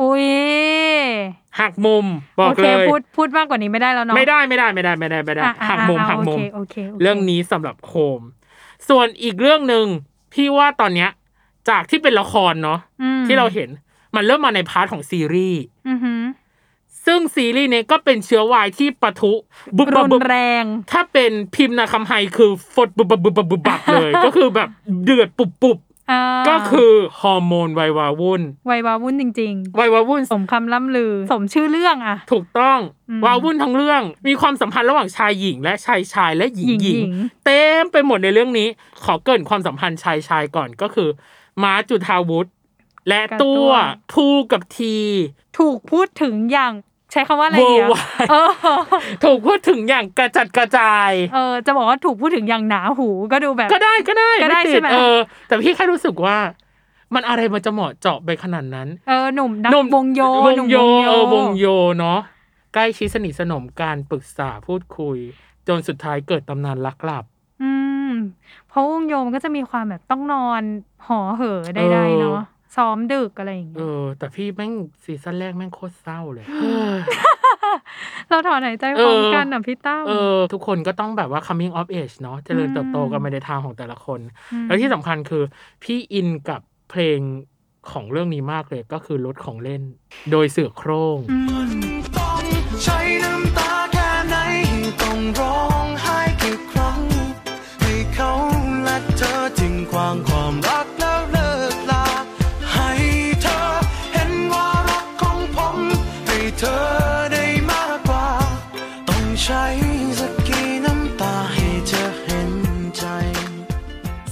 S2: อุ้ย
S1: หักมุมบอ
S2: โอก เค
S1: เลย
S2: พูดพูดมากกว่านี้ไม่ได้แล้วเนาะ
S1: ไม่ได้ไม่ได้ไม่ได้ไม่ได้ไม่ได้
S2: อ่ะอ่ะ
S1: หักมุม
S2: อ่ะ
S1: หักมุม
S2: โอเคโอเคโค
S1: เรื่องนี้สำหรับโคม ส่วนอีกเรื่องหนึ่งพี่ว่าตอนเนี้ย จากที่เป็นละครเนาะ
S2: อืม
S1: ที่เราเห็น มันเริ่มมาในพาร์ทของซีรีส์
S2: อือหือ
S1: ซึ่งซีรีส์เนี้ก็เป็นเชื้อวายที่ปะทุบุบ
S2: รุ
S1: บ
S2: น
S1: บุบ
S2: แรง
S1: ถ้าเป็นพิมพ์นาคำไฮคือฟดบุบบบบุบบบบุบบับเลย ก็คือแบบเดือดปุบปุบ
S2: อ่า
S1: ก็คือฮอร์โมนไวยวาวุ่น
S2: วัยวาวุ่นจริง
S1: ไวยวาวุ่น
S2: ๆ สมคำล่ำลือ สมชื่อเรื่องอะ
S1: ถูกต้อง
S2: อืม
S1: วาวุ่นทั้งเรื่อง มีความสัมพันธ์ระหว่างชายหญิง และชายชายและหญิง
S2: ห
S1: ห
S2: ญิ
S1: ญิ
S2: งหญิ
S1: ง
S2: ง
S1: เต็มไปหมดในเรื่องนี้ ขอเกรินความสัมพันธ์ชายชายก่อนก็คือม้าจุธาวุฒิและตัวทูกับที
S2: ถูกพูดถึงอย่างใช้คำว่าอะไรดีอะ
S1: Worldwide
S2: เออ
S1: ถูกพูดถึงอย่างกระจัดกระจาย
S2: เออจะบอกว่าถูกพูดถึงอย่างหนาหูก็ดูแบบ
S1: ก็ได้ก็ได้
S2: ก็ได้
S1: ติ
S2: ใช่ไหม
S1: เออ แต่พี่แค่รู้สึกว่า มันอะไรมันจะเหมาะเจาะไปขนาดนั้น
S2: เออหนุ่มนัก
S1: หนุ่ม
S2: วงโยว ห
S1: ง
S2: นุ่ม
S1: โยเออวงโยเนาะใกล้ชิดสนิทสนมการปรึกษาพูดคุย จนสุดท้ายเกิดตำนานรักลับ
S2: อืมเพราะวงโยมันก็จะมีความแบบต้องนอนหอเหอได้ได้เนาะซ้อมดึกอะไรอย่าง
S1: เอ
S2: เงี้ย
S1: อ แต่พี่แม่งซีซั่นแรกแม่งโคตรเศร้าเลย
S2: เราถอนหายใจพร้อมกันอ่ะพี่ตั้ม
S1: เออ ทุกคนก็ต้องแบบว่า coming of age เนาะเจริญเติบโตกันไปในทางของแต่ละคน
S2: ม
S1: แล้วที่สำคัญคือ พี่อินกับเพลงของเรื่องนี้มากเลยก็คือรถของเล่น โดยเสือโครง
S3: ต้องใช้น้ำตาแค่ไหนต้องร้องไห้กี่ครั้ง ให้เขาและเธอทิ้งความความรักแล้วเลิกลา ให้เธอเห็นว่ารักของผม ให้เธอได้มากกว่า ต้องใช้สักกี่น้ำตาให้เธอเห็นใจ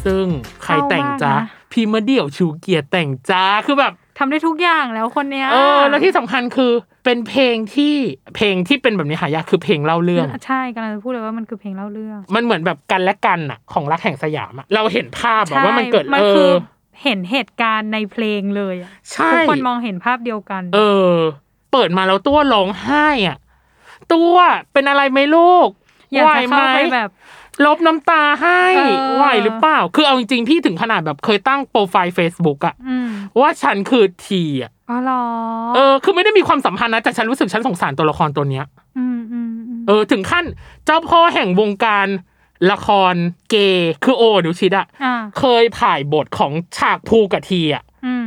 S1: ซึ่งใครแต่งจ้า
S2: เศร้ามากนะ
S1: พี่มาเดี่ยวชูเกียรติแต่งจ้าคือแบบ
S2: ทำได้ทุกอย่างแล้วคนเนี้ย
S1: เออ แล้วที่สำคัญคือเป็นเพลงที่เพลงที่เป็นแบบนี้หายากคือเพลงเล่าเรื่อง
S2: ใช่กำลังจะพูดเลยว่ามันคือเพลงเล่าเรื่อง
S1: มันเหมือนแบบกันและกันอะของรักแห่งสยามอะเราเห็นภาพอะ
S2: ใช่
S1: ว่ามันเกิด
S2: มัน
S1: เอ
S2: คือ อเห็นเหตุการณ์ในเพลงเลยอะ
S1: ใช่
S2: ทุกคนมองเห็นภาพเดียวกัน
S1: เออ เปิดมาแล้วตัวร้องไห้อ่ะ ตัวเป็นอะไรไหมลูก
S2: อยากจะเข้าไป
S1: ไหม
S2: แบบ
S1: ลบน้ำตาให้
S2: เออ
S1: ไหวหรือเปล่า คือเอาจริงๆ พี่ถึงขนาดแบบเคยตั้งโปรไฟล์ Facebook อะ
S2: อืม
S1: ว่าฉันคือทีอะ
S2: อ๋อเหรอ
S1: เออ คือไม่ได้มีความสัมพันธ์นะ แต่ฉันรู้สึกฉันสงสารตัวละครตัวเนี้ย
S2: อืมอืมอืม
S1: เออ ถึงขั้นเจ้าพ่อแห่งวงการละครเกย์คือโอนุชิตอะ
S2: อ่า
S1: เคยผ่ายบทของฉากภูกับทีอะ
S2: อืม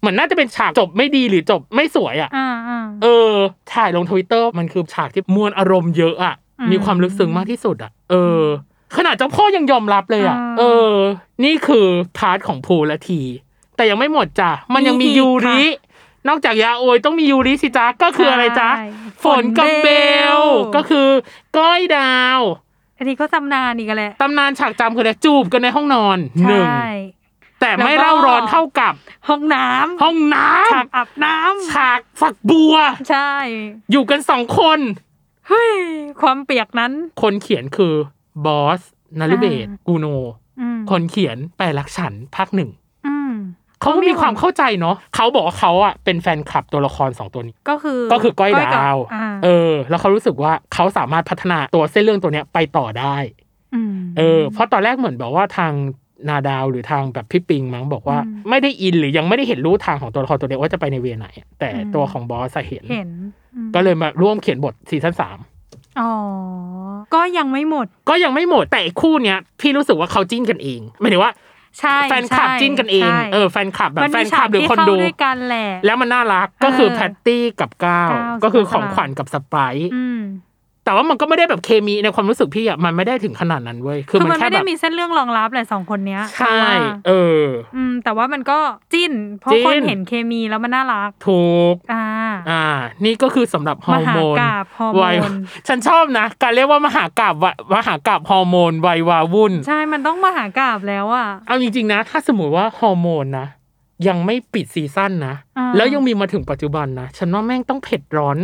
S1: เหมือนน่าจะเป็นฉากจบไม่ดีหรือจบไม่สวยอะ
S2: อ่าอ่า
S1: เออถ่ายลงทวิตเตอร์มันคือฉากที่มวลอารมณ์เยอะอะ
S2: อืม
S1: มีความลึกซึ้งมากที่สุดอะเออ ขนาดเจ้าพ่อยังยอมรับเลยอะ
S2: อ่า
S1: เออ นี่คือพาร์ทของภูและที แต่ยังไม่หมดจ้ะ มันยังมี
S2: มีอีก
S1: ยูริ นอกจากยาโอยต้องมียูริสิจ้าก็คืออะไรจ้ะ
S2: ใช่
S1: ฝนกับ
S2: ฝน
S1: เบ
S2: เบล
S1: ล ก็คือก้อยดาว
S2: อันนี้ก็ตำนานอีกแหละ
S1: ตำนานฉากจำคืออะไรจูบกันในห้องนอนหนึ่ง
S2: ใช่
S1: แต่ไม่
S2: แล้วก็
S1: เล่าร้อนเท่ากับ
S2: ห้องน้ำ
S1: ห้องน้
S2: ฉากอาบน้
S1: ำฉากฝักบัว
S2: ำใช่
S1: อยู่กันสองคน
S2: เฮ้ยความเปียกนั้น
S1: คนเขียนคือบอสนฤเบศ
S2: อ่า
S1: กูโน
S2: อืม
S1: คนเขียนแปลรักฉันภาคหนึ่ง
S2: อืม
S1: เขาก็
S2: เขามี
S1: มีความเข้าใจเนาะเขาบอกว่าเขาอ่ะเป็นแฟนคลับตัวละครสองตัวนี้
S2: ก็คือ
S1: ก็คือก้อยดาว
S2: อ่า
S1: เออ แล้วเขารู้สึกว่าเขาสามารถพัฒนาตัวเส้นเรื่องตัวเนี้ยไปต่อได้
S2: ม
S1: เออเพราะตอนแรกเหมือนแบบว่าทางนาดาวหรือทางแบบพี่ปิงมั้งบอกว่า
S2: อืม
S1: ไม่ได้อินหรือยังไม่ได้เห็นรู้ทางของตัวละครตัวเนี้ยว่าจะไปในเวไหนอะแต่
S2: อืม
S1: ตัวของบอสอะเห็น
S2: เห็นอืม
S1: ก็เลยมาร่วมเขียนบทซีซั่นสาม
S2: อ๋อ ก็ยังไม่หมด
S1: ก็ยังไม่หมดแต่ไอ้คู่เนี้ยพี่รู้สึกว่าเขาจิ้นกันเองหมายถึงว่า
S2: ใช่
S1: แฟนคลับ
S2: ใช่
S1: จิ้นกันเอง
S2: ใช่
S1: เออแฟนคลับแบบ
S2: มัน
S1: แฟ
S2: มี
S1: นคลับหรือคนดู
S2: ฉากที่เข้าด้วยกันแหละ
S1: แล้วมันน่ารักก็คือแพตตี้กับก้าว
S2: ก้าว
S1: ก็คือข
S2: สุภัสรา
S1: องขวัญกับสไปาย
S2: อืม
S1: แต่ว่ามันก็ไม่ได้แบบเคมีในความรู้สึกพี่อ่ะมันไม่ได้ถึงขนาดนั้นเว้ยคื
S2: คือ อ
S1: มัน
S2: มัน
S1: แค่
S2: ไม่
S1: แบ
S2: ได้
S1: บ
S2: มีเส้นเรื่องรองรับแหละสองคนเนี้ย
S1: ใช่
S2: ว่า
S1: เออ
S2: อืม แต่ว่ามันก็จิ้น เพราะ
S1: จิ้น
S2: คนเห็นเคมีแล้วมันน่ารัก
S1: ถูก
S2: อ่า
S1: อ่า นี่ก็คือสำหรับฮอร์โมน
S2: มหากาพย์ฮอร์โมน
S1: วัยฉันชอบนะ การเรียกว่ามหากาบมหากาบฮอร์โมนวัยวาวุ่น
S2: ใช่มันต้องมาหากราบแล้วอ่ะ
S1: เอาจริงๆนะ ถ้าสมมติว่าฮอร์โมนนะยังไม่ปิดซีซั่นนะ
S2: อ่า
S1: แล้วยังมีมาถึงปัจจุบันนะ ฉันว่าแม่งต้องเผ็ดร้อน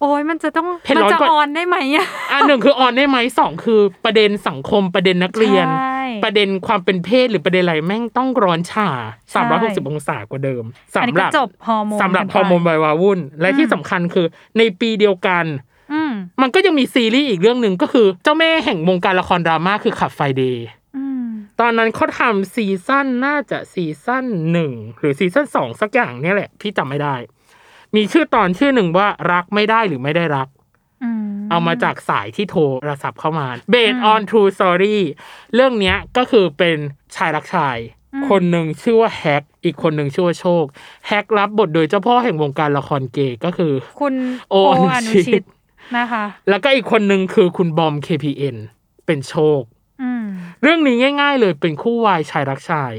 S2: โอ้ยมันจะต้อง
S1: เผ็ด
S2: มั
S1: ร้อน
S2: จะ
S1: ก่อน
S2: ออนได้ไหมอ่ะ
S1: อ่ะหนึ่งคือออนได้ไหมสองคือประเด็นสังคมประเด็นนักเรียน
S2: ใช่
S1: ประเด็นความเป็นเพศหรือประเด็นอะไรแม่งต้องร้อนฉ่า
S2: ใช่
S1: 360 องศากว่าเดิม
S2: อัน
S1: สำห
S2: นี้ก็
S1: รับ
S2: จบฮอร์โมน
S1: สำหรับ
S2: กันไป
S1: ฮอร์โมนวัยวาวุ่น และ
S2: อืม
S1: ที่สำคัญคือในปีเดียวกัน
S2: อืม
S1: มันก็ยังมีซีรีส์อีกเรื่องหนึ่งก็คือ เจ้าแม่แห่งวงการละครดราม่าคือขับไฟเดย์
S2: อืม
S1: ตอนนั้นเขาทำซีซั่นน่าจะซีซั่นหนึ่งหรือซีซั่นสองสักอย่างเนี่ยแหละพี่จำไม่ได้ มีชื่อตอนชื่อหนึ่งว่ารักไม่ได้หรือไม่ได้รัก
S2: อืม
S1: เอามาจากสายที่โทรศัพท์เข้ามา Based
S2: อืม
S1: on True Story เรื่องเนี้ยก็คือเป็นชายรักชาย
S2: อืม
S1: คนหนึ่งชื่อว่าแฮกอีกคนหนึ่งชื่อว่าโชค แฮกรับบทโดยเจ้าพ่อแห่งวงการละครเกย์ก็คือ
S2: คุณ
S1: โอ
S2: โอ
S1: อ
S2: อ
S1: นุ
S2: นุ
S1: ชิ
S2: ชิ
S1: ต
S2: ตนะคะ
S1: แล้วก็อีกคนหนึ่งคือคุณบอม KPN เป็นโชค
S2: อืม
S1: เรื่องนี้ง่าย ๆ เลยเป็นคู่วายชายรักชาย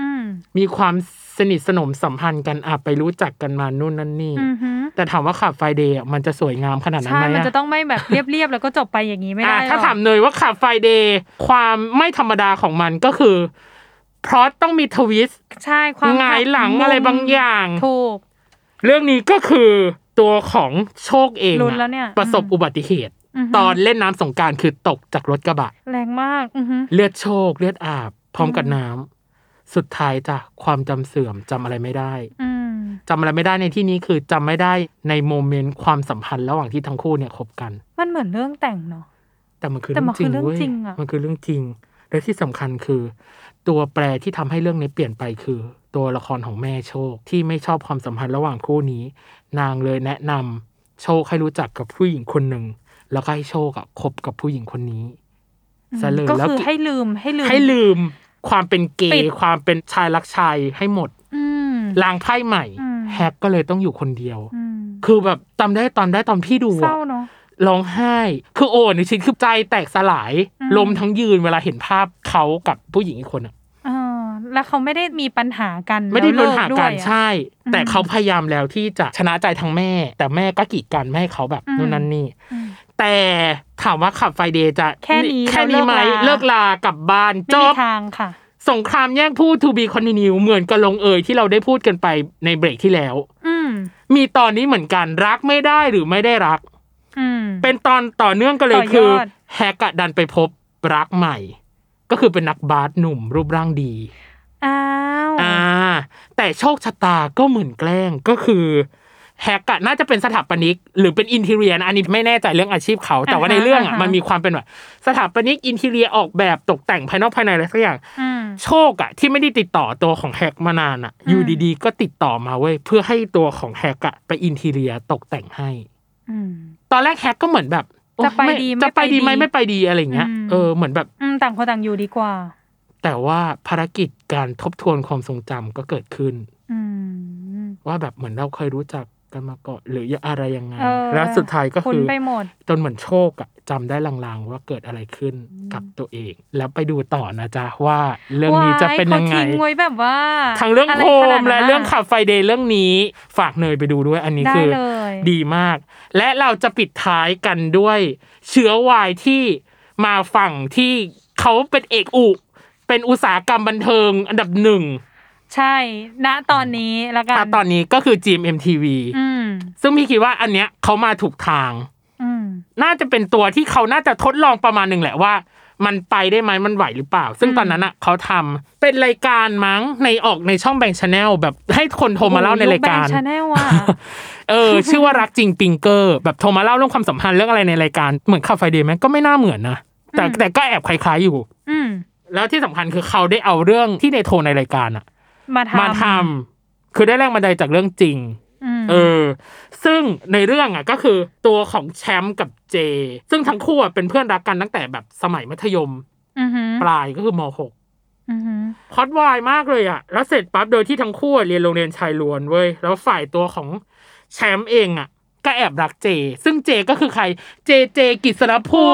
S2: อืม
S1: มีความสนิทสนมสัมพันธ์กันอาจไปรู้จักกันมานู่นนั่นนี่
S2: อือหือ
S1: แต่ถามว่าขับไฟเดย์มันจะสวยงามขนาดนั้น
S2: ใช่
S1: ไหม
S2: มัน
S1: อะ
S2: จะต้องไม่แบบ เรียบๆ แล้วก็จบไปอย่างนี้ไม่ได้
S1: อ่ะ
S2: หรอก
S1: ถ้าถามเนยว่าขับไฟเดย์ความไม่ธรรมดาของมันก็คือพราะต้องมีทวิสต์
S2: ใช่ความ
S1: หงายหลัง
S2: มุม
S1: อะไรบางอย่าง
S2: ถูก
S1: เรื่องนี้ก็คือตัวของโชคเองอะ
S2: ลุ้นแล้วเนี่ย
S1: ประสบ
S2: อืม
S1: อุบัติเหตุ
S2: หื
S1: ตอนเล่นน้ำสงกรารคือตกจากรถกระบะ
S2: แรงมาก อือหือ
S1: เลือดโชค เลือดอาบ พร้อมกับน้ำสุดท้ายจ้ะความจำเสื่อมจำอะไรไม่ได้
S2: อืม
S1: จำอะไรไม่ได้ในที่นี้คือจำไม่ได้ในโมเมนต์ความสัมพันธ์ระหว่างที่ทั้งคู่เนี่ยคบกัน
S2: มันเหมือนเรื่องแต่งเนาะ
S1: แต่มันคือ
S2: แต่
S1: เรื่อ
S2: มั
S1: ง
S2: น
S1: จริง
S2: คือเรื่อง
S1: เว้ย
S2: จริงอะ
S1: มันคือเรื่องจริง และที่สำคัญคือ ตัวแปรที่ทำให้เรื่องนี้เปลี่ยนไปคือ ตัวละครของแม่โชค ที่ไม่ชอบความสัมพันธ์ระหว่างคู่นี้ นางเลยแนะนำโชคให้รู้จักกับผู้หญิงคนหนึ่งแล้วก็ให้โชคอะคบกับผู้หญิงคนนี้
S2: อืม
S1: ซะเลย
S2: ก็
S1: แล้ว
S2: คือให้ลืมให้ลืม
S1: ให้ลืม ความเป็นเก
S2: ปิด
S1: ย์ความเป็นชายรักชายให้หมด
S2: อืม
S1: ลางไพ่ใหม่
S2: อืม
S1: แฮกก็เลยต้องอยู่คนเดียว
S2: อืม
S1: คือแบบจำได้ตอนได้ตอนพี่ดู
S2: เศ
S1: อะ
S2: ร้าเนาะ
S1: ร้องไห้ คือโอนในชิ้นคือใจแตกสลาย
S2: อืม
S1: ลมทั้งยืนเวลาเห็นภาพเขากับผู้หญิงอีกคนอ่ะ
S2: เออแล้วเขาไม่ได้มีปัญหากัน
S1: ไม่ได้มี
S2: แล้วเลิ
S1: ปัญหาการ
S2: ด้วยอะ
S1: ใช่ แต่
S2: อืม
S1: เขาพยายามแล้วที่จะชนะใจทั้งแม่ แต่แม่ก็กีดกันไม่ให้เขาแบบ
S2: อืม
S1: นู่นนั่นนี่
S2: อืม
S1: แต่ถามว่าขับไฟเดย์จะ
S2: แค่นี้
S1: แค่นี้ไหม
S2: เราเลิกลา
S1: เลิกลากลับบ้านจ
S2: ไม่มี
S1: บ
S2: ทางค่ะ
S1: สงครามแย่งผู้ to be continue เหมือนกับลงเอยที่เราได้พูดกันไปในเบรกที่แล้ว
S2: อืม
S1: มีตอนนี้เหมือนกันรักไม่ได้หรือไม่ได้รัก
S2: อืม
S1: เป็นตอนต่อเนื่องกันเลย
S2: ต่อยอด
S1: คือแฮกอะดันไปพบรักใหม่ ก็คือเป็นนักบาสหนุ่มรูปร่างดี
S2: อ้าว
S1: อ่าแต่โชคชะตาก็เหมือนแกล้งก็คือแฮกอะน่าจะเป็นสถาปนิก หรือเป็นอินเทเรียนะอันนี้ไม่แน่ใจเรื่องอาชีพเขา แต่ว่าในเรื่องอะมันมีความเป็นแบบสถาปนิกอินเทเรียออกแบบตกแต่งภายนอกภายในอะไรสักอย่าง
S2: อืม
S1: โชคอะที่ไม่ได้ติดต่อตัวของแฮกมานานอะอยู่
S2: อืม
S1: ดีๆ ก็ติดต่อมาเว้ยเพื่อให้ตัวของแฮกอะไปอินเทเรียตกแต่งให้
S2: อืม
S1: ตอนแรกแฮกก็เหมือนแบบโอ๊ย
S2: จะไป
S1: ม่
S2: ดี
S1: จะไปดีไหม
S2: ไม่ไปดี
S1: ไม่ไปดีอะไรอย่างเงี้ย
S2: อืม
S1: เออเหมือนแบบ
S2: อืมต่างคนต่างอยู่ดีกว่า
S1: แต่ว่าภารกิจการทบทวนความทรงจำก็เกิดขึ้น
S2: อืม
S1: ว่าแบบเหมือนเราเคยรู้จักกันมาก่อนหรืออะไรยังไง
S2: เออ
S1: แล้วสุดท้ายก็
S2: คุ้
S1: คื
S2: น
S1: อ
S2: ไปหมด
S1: จนเหมือนโชคอะจำได้ลางๆ ว่าเกิดอะไรขึ้นกับตัวเอง แล้วไปดูต่อนะจ๊ะว่าเรื่องนี้จะเป็นยังไง
S2: วาเขาทิ้งไว้แบบว่า
S1: ทั้งเรื่อง
S2: ะไ
S1: โฮ
S2: ข
S1: ม
S2: นาดนั้น
S1: และเรื่องขับไฟเดย์เรื่องนี้ฝากเนยไปดูด้วยอันนี้
S2: ได้
S1: คือ
S2: เลย
S1: ดีมาก และเราจะปิดท้ายกันด้วย เชื้อวายที่มาฝั่งที่เขาเป็นเอกอุเป็นอุตสาหกรรมบันเทิงอันดับหนึ่ง
S2: ใช่ณตอนนี้ละกัน
S1: อ่ะตอนนี้ก็คือ GMMTV
S2: อืม
S1: ซึ่งพี่คิดว่าอันเนี้ยเขามาถูกทาง
S2: อืม
S1: น่าจะเป็นตัวที่เขาน่าจะทดลองประมาณหนึ่งแหละว่า มันไปได้ไหมมันไหวหรือเปล่า ซึ่งตอนนั้นอ่ะเขาทำเป็นรายการมั้งในออกในช่องแบงค์ชาแนลแบบให้คนโทรมาเล่าในรายการ
S2: โอ้โหยุคแบงค์ Channel อะ
S1: เออ ชื่อว่ารักจริงปิงเกอร์ แบบโทรมาเล่าเรื่องความสัมพันธ์เรื่องอะไรในรายการเหมือนข่าวไฟเดย์ไหมก็ไม่น่าเหมือนนะแต่
S2: อืม
S1: แต่ก็แอบคล้ายๆอยู่
S2: อืม
S1: แล้วที่สำคัญคือเขาได้เอาเรื่องที่ในโทรในรายการอะ
S2: มาทำ
S1: มาทำคือได้แรงบันดาลใจจากเรื่องจริง
S2: อืม
S1: เออ ซึ่งในเรื่องอ่ะก็คือตัวของแชมป์กับเจ ซึ่งทั้งคู่อ่ะเป็นเพื่อนรักกันตั้งแต่แบบสมัยมัธยม
S2: อือหือ
S1: ปลายก็คือม .6
S2: อือหือ
S1: ฮอตวายมากเลยอ่ะ แล้วเสร็จปั๊บโดยที่ทั้งคู่อะเรียนโรงเรียนชายล้วนเว้ย แล้วฝ่ายตัวของแชมป์เองอ่ะ ก็แอบรักเจ ซึ่งเจก็คือใคร เจเจกิษรภู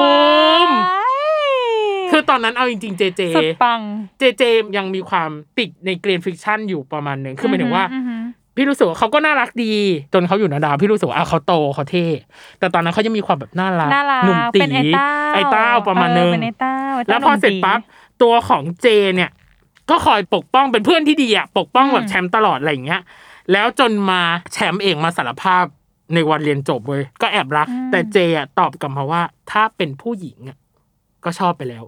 S1: มิ
S2: ว้าย
S1: คือตอนนั้นเอาจริงๆเจเจ
S2: สุดปัง
S1: เจเจยังมีความติดในเกรียนฟิกชันอยู่ประมาณหนึ่งคือหมายถึงว่า
S2: อือหือ
S1: พี่รู้สึกว่าเขาก็น่ารักดี จนเขาอยู่นาดาวพี่รู้สึกว่าอ่ะเขาโตเขาเท่ แต่ตอนนั้นเขายังมีความแบบน่ารัก
S2: น่ารัก
S1: หนุ่มตี
S2: เป็นไอ้เต้า
S1: ไอ้เต้าประมาณนึ
S2: เออง เป็นไอ้เต้าไต้า
S1: แล้วพอ
S2: หนุ่ม
S1: เสร็จปั๊บ
S2: ตี
S1: ตัวของเจเนี่ย ก็คอยปกป้องเป็นเพื่อนที่ดีอะปกป้องแบบ
S2: อืม
S1: แชมป์ตลอดอะไรอย่างเงี้ย แล้วจนมาแชมป์เองมาสารภาพในวันเรียนจบเว้ยก็แอบรัก แต่เจอะตอบกลับมาว่า ถ้าเป็นผู้หญิงอะก็ชอบไปแล้ว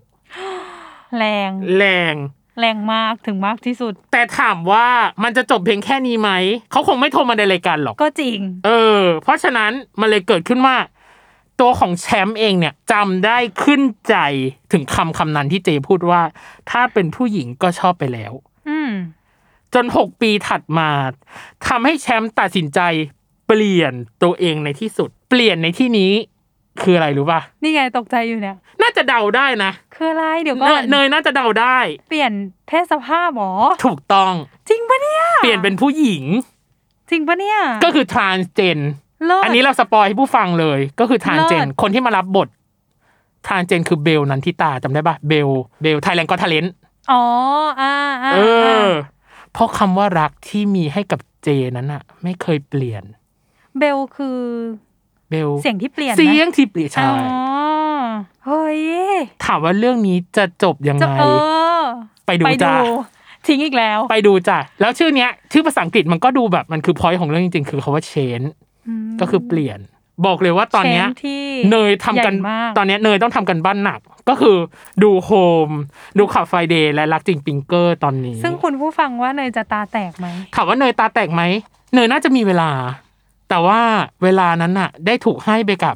S2: แรง
S1: แรง
S2: แรงมากถึงมากที่สุด
S1: แต่ถามว่ามันจะจบเพียงแค่นี้ไหมเขาคงไม่โทรมาในรายการหรอก
S2: ก็จริง
S1: เออ เพราะฉะนั้นมันเลยเกิดขึ้นว่า ตัวของแชมป์เองเนี่ยจำได้ขึ้นใจถึงคำคำนั้นที่เจพูดว่า ถ้าเป็นผู้หญิงก็ชอบไปแล้ว
S2: อืม
S1: จน 6 ปีถัดมาทำให้แชมป์ตัดสินใจเปลี่ยนตัวเองในที่สุด เปลี่ยนในที่นี้ คืออะไรรู้ป่ะ
S2: นี่ไงตกใจอยู่เนี่ย
S1: น่าจะเดาได้นะ
S2: คืออะไรเดี๋ยว
S1: เน
S2: ก่อย น
S1: เนยน่าจะเดาได้
S2: เปลี่ยนเพศสภาพหรอ
S1: ถูกต้อง
S2: จริงปะเนี่ย
S1: เปลี่ยนเป็นผู้หญิง
S2: จริงปะเนี่ย
S1: ก็คือ transgen
S2: เลิศ
S1: อันนี้เราสปอยให้ผู้ฟังเลย ก็คือ transgen
S2: เลิศ
S1: คนที่มารับบท transgen คือเบลนันทิตาจำได้ป่ะเบลเบลไทยแลนด์ก็ทเลน
S2: อ๋ออ่าอ่า
S1: เออ
S2: า
S1: เพราะคำว่ารักที่มีให้กับเจนั้นอะไม่เคยเปลี่ยน
S2: เบลคือ
S1: เบล
S2: เสียงที่เปลี่ยนไหม
S1: เสียงที่เปลี่ยน
S2: อ๋
S1: ใช่
S2: อเฮ้ย
S1: ถามว่าเรื่องนี้จะจบยัง
S2: จะ
S1: ไง
S2: เออ
S1: ไปดูจ้า
S2: ทิ้งอีกแล้ว
S1: ไปดูจ้ะ แล้วชื่อเนี้ย ชื่อภาษาอังกฤษมันก็ดูแบบมันคือพอยต์ของเรื่องจริงๆ คือคาว่า change
S2: ม
S1: ก็คือเปลี่ยน บอกเลยว่าตอนเนี้ย
S2: เชนที่
S1: เนยทำกัน
S2: ใหญ่มาก
S1: ตอนเนี้ยเนยต้องทำกันบ้านหนัก ก็คือดูโฮม ดูขับไฟเดย์และรักจริงปิงเกอร์ตอนนี้
S2: ซึ่งคุณผู้ฟังว่าเนยจะตาแตกไหม
S1: ถามว่าเนยตาแตกไหมเนยน่าจะมีเวลา แต่ว่าเวลานั้นน่ะ ได้ถูกให้ไปกับ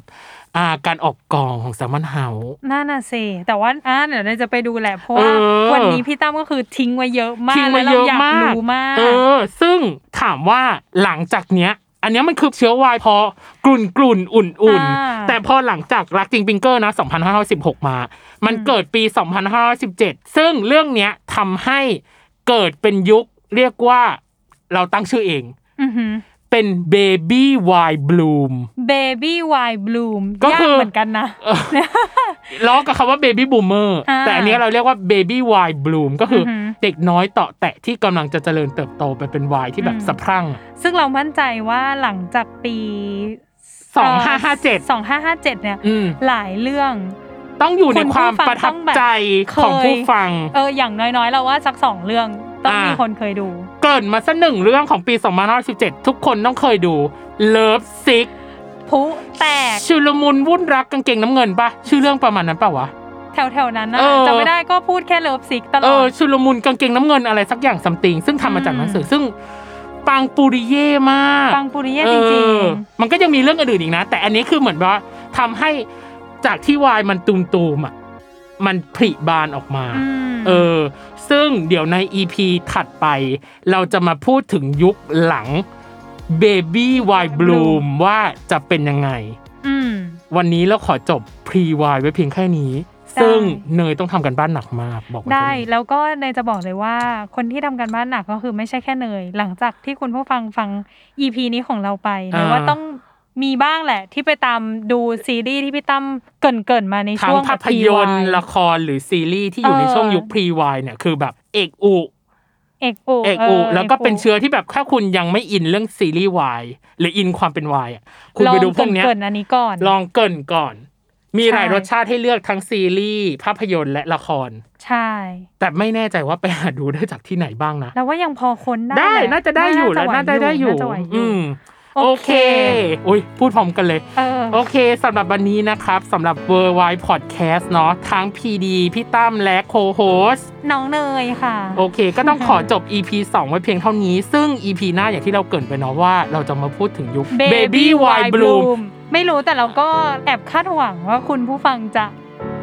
S1: อ่าการออกกองของสามันเฮา
S2: น่าน่ะสิแต่ว่าอ่าเดี๋ยวเราจะไปดูแหละ เพราะว่า
S1: เออ
S2: วันนี้พี่ตั้มก็คือทิ้งไว้เยอะมาก
S1: ทิ้ง
S2: และ
S1: ไว้
S2: เรา
S1: เยอะ
S2: อยาก
S1: มาก
S2: รู้มาก
S1: เออ ซึ่งถามว่าหลังจากเนี้ย อันเนี้ยมันคือเชื้อวายพอกลุ่นกลุ่นอุ่นอุ่น
S2: อ่า
S1: แต่พอหลังจากรักจริงปิงเกอร์นะ2516 มา มันเกิดปี 2517 ซึ่งเรื่องเนี้ยทำให้เกิดเป็นยุคเรียกว่าเราตั้งชื่อเอง
S2: อหือ
S1: เป็นเบบี้วายบลู ม
S2: Baby Why Bloom
S1: ก็
S2: ยา
S1: คื
S2: ก
S1: อ
S2: เหมือนกันนะ
S1: ล้อกับคำว่าเบบี้บูมเมอร์
S2: อ่า
S1: แต่อันนี้เราเรียกว่าเบบี้วายบลูมก็คืออ
S2: อหือ
S1: เด็กน้อยเตาะแตะที่กำลังจะเจริญเติบโตไปเป็นวายที่แบบ
S2: อืม
S1: สะพรั่ง
S2: ซึ่งเรามั่นใจว่าหลังจากปี
S1: 2557
S2: 2557 เนี่ย
S1: อืม
S2: หลายเรื่อง
S1: ต้องอยู่ในความ
S2: คุณผู้ฟัง
S1: ประทับ
S2: ต้องแบบ
S1: ใจของ
S2: เคย
S1: ผู้ฟัง
S2: เอออย่างน้อยๆ เราว่าสักสองเรื่องต้องมี
S1: อ่า
S2: คนเคยดู
S1: เกรินมาสักหนึ่งเรื่องของปี 2017 ทุกคนต้องเคยดู Love Sick
S2: พุแตก
S1: ชุลมุนวุ่นรักกางเกงน้ำเงินปะชื่อเรื่องประมาณนั้นปะวะ
S2: แถวๆนั้นนะ
S1: เออ
S2: จะไม่ได้ก็พูดแค่เลิฟซิกตล
S1: เอ
S2: อ
S1: อ
S2: ด
S1: ชุลมุนกางเกงน้ำเงินอะไรสักอย่างซัมติงซึ่งทำมาจากหนังสือซึ่งปังปูริเย่มาก
S2: ปังปุริเย่จริง
S1: เออมันก็ยังมีเรื่องอื่นอีกนะ แต่อันนี้คือเหมือนว่าทำให้จากที่วายมันตูมตูมๆอ่ะมันผลิบานออกมา
S2: ๆอืม
S1: เออ ซึ่งเดี๋ยวใน EP ถัดไป เราจะมาพูดถึงยุคหลัง Baby Wine Bloom ว่าจะเป็นยังไง
S2: อืม
S1: วันนี้เราขอจบ Pre Wine ไว้เพียงแค่นี้
S2: ได้
S1: ซึ่งเนยต้องทำกันบ้านหนักมากบอกว้
S2: ได้
S1: เท่านี้
S2: แล้วก็เนยจะบอกเลยว่าคนที่ทำกันบ้านหนักก็คือไม่ใช่แค่เนย หลังจากที่คุณผู้ฟังฟัง EP นี้ของเราไปเนยว่าต้องมีบ้างแหละ ที่ไปตามดูซีรีส์ที่พี่ตั้มเกรินเกินๆมาใน
S1: ทั้
S2: ช่
S1: ง
S2: วง
S1: ภาพยนตร์
S2: PY
S1: ละครหรือซีรีส์ที่อยู่ใน
S2: เออ
S1: ช่วงยุค Pre Wine เนี่ยคือแบบเอกอุ
S2: เอกอุ
S1: เอกอุแล้วก็เป็น
S2: อ
S1: เชื้อที่แบบถ้าคุณยังไม่อินเรื่องซีรีส์วายหรืออินความเป็นวายอ่ะคุณ
S2: ลอง
S1: ไปดูพวกเนี้ย
S2: เกรินๆอันนี้ก่อน
S1: ลองเกรินก่อน มีหลาย
S2: ใช่
S1: รสชาติให้เลือกทั้งซีรีส์ภาพยนตร์และละคร
S2: ใช่
S1: แต่ไม่แน่ใจว่าไปหาดูได้จากที่ไหนบ้างนะ
S2: แล้วว่ายังพอค้นได้
S1: ได้
S2: แหล
S1: น่าจะได้อยู่แล้วน่าจะได้อยู่
S2: น่าจะไหวอ
S1: อื
S2: ยู่
S1: ม
S2: โอ
S1: โอ
S2: เค
S1: เคอุ้ยพูดพร้อมกันเลย
S2: เออ
S1: โอเคสำหรับวันนี้นะครับสำหรับ w o r l d w i d e Podcast เนาะทั้ง PD พี่ตั้มและโคโฮส
S2: น้องเนยค่ะ
S1: โอเค ก็ต้องขอจบ EP 2 ไว้เพียงเท่านี้ ซึ่ง EP หน้าอย่างที่เราเกรินไปเนาะว่าเราจะมาพูดถึงยุค Baby Why Bloom
S2: ไม่รู้แต่เราก็แอบคาดหวังว่าคุณผู้ฟังจะ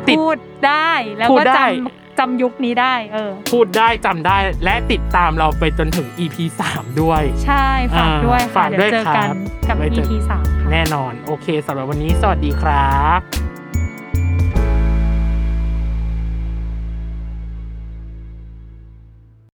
S1: ติด
S2: พูดได้ แล้ว
S1: พู
S2: ก็
S1: ด
S2: จ
S1: ได้
S2: ำจำยุคนี้ได้ เออ
S1: พูดได้จำได้และติดตามเราไปจนถึง EP 3 ด้วย
S2: ใช่ฝากด้วย
S1: ฝา
S2: ค่ะ
S1: ก
S2: เดี๋ยวเจอ
S1: ด้วยครั
S2: กับนกับ
S1: ไว้เจอ
S2: EP สามค่ะ
S1: แน่นอน โอเคสำหรับวันนี้สวัสดีครับ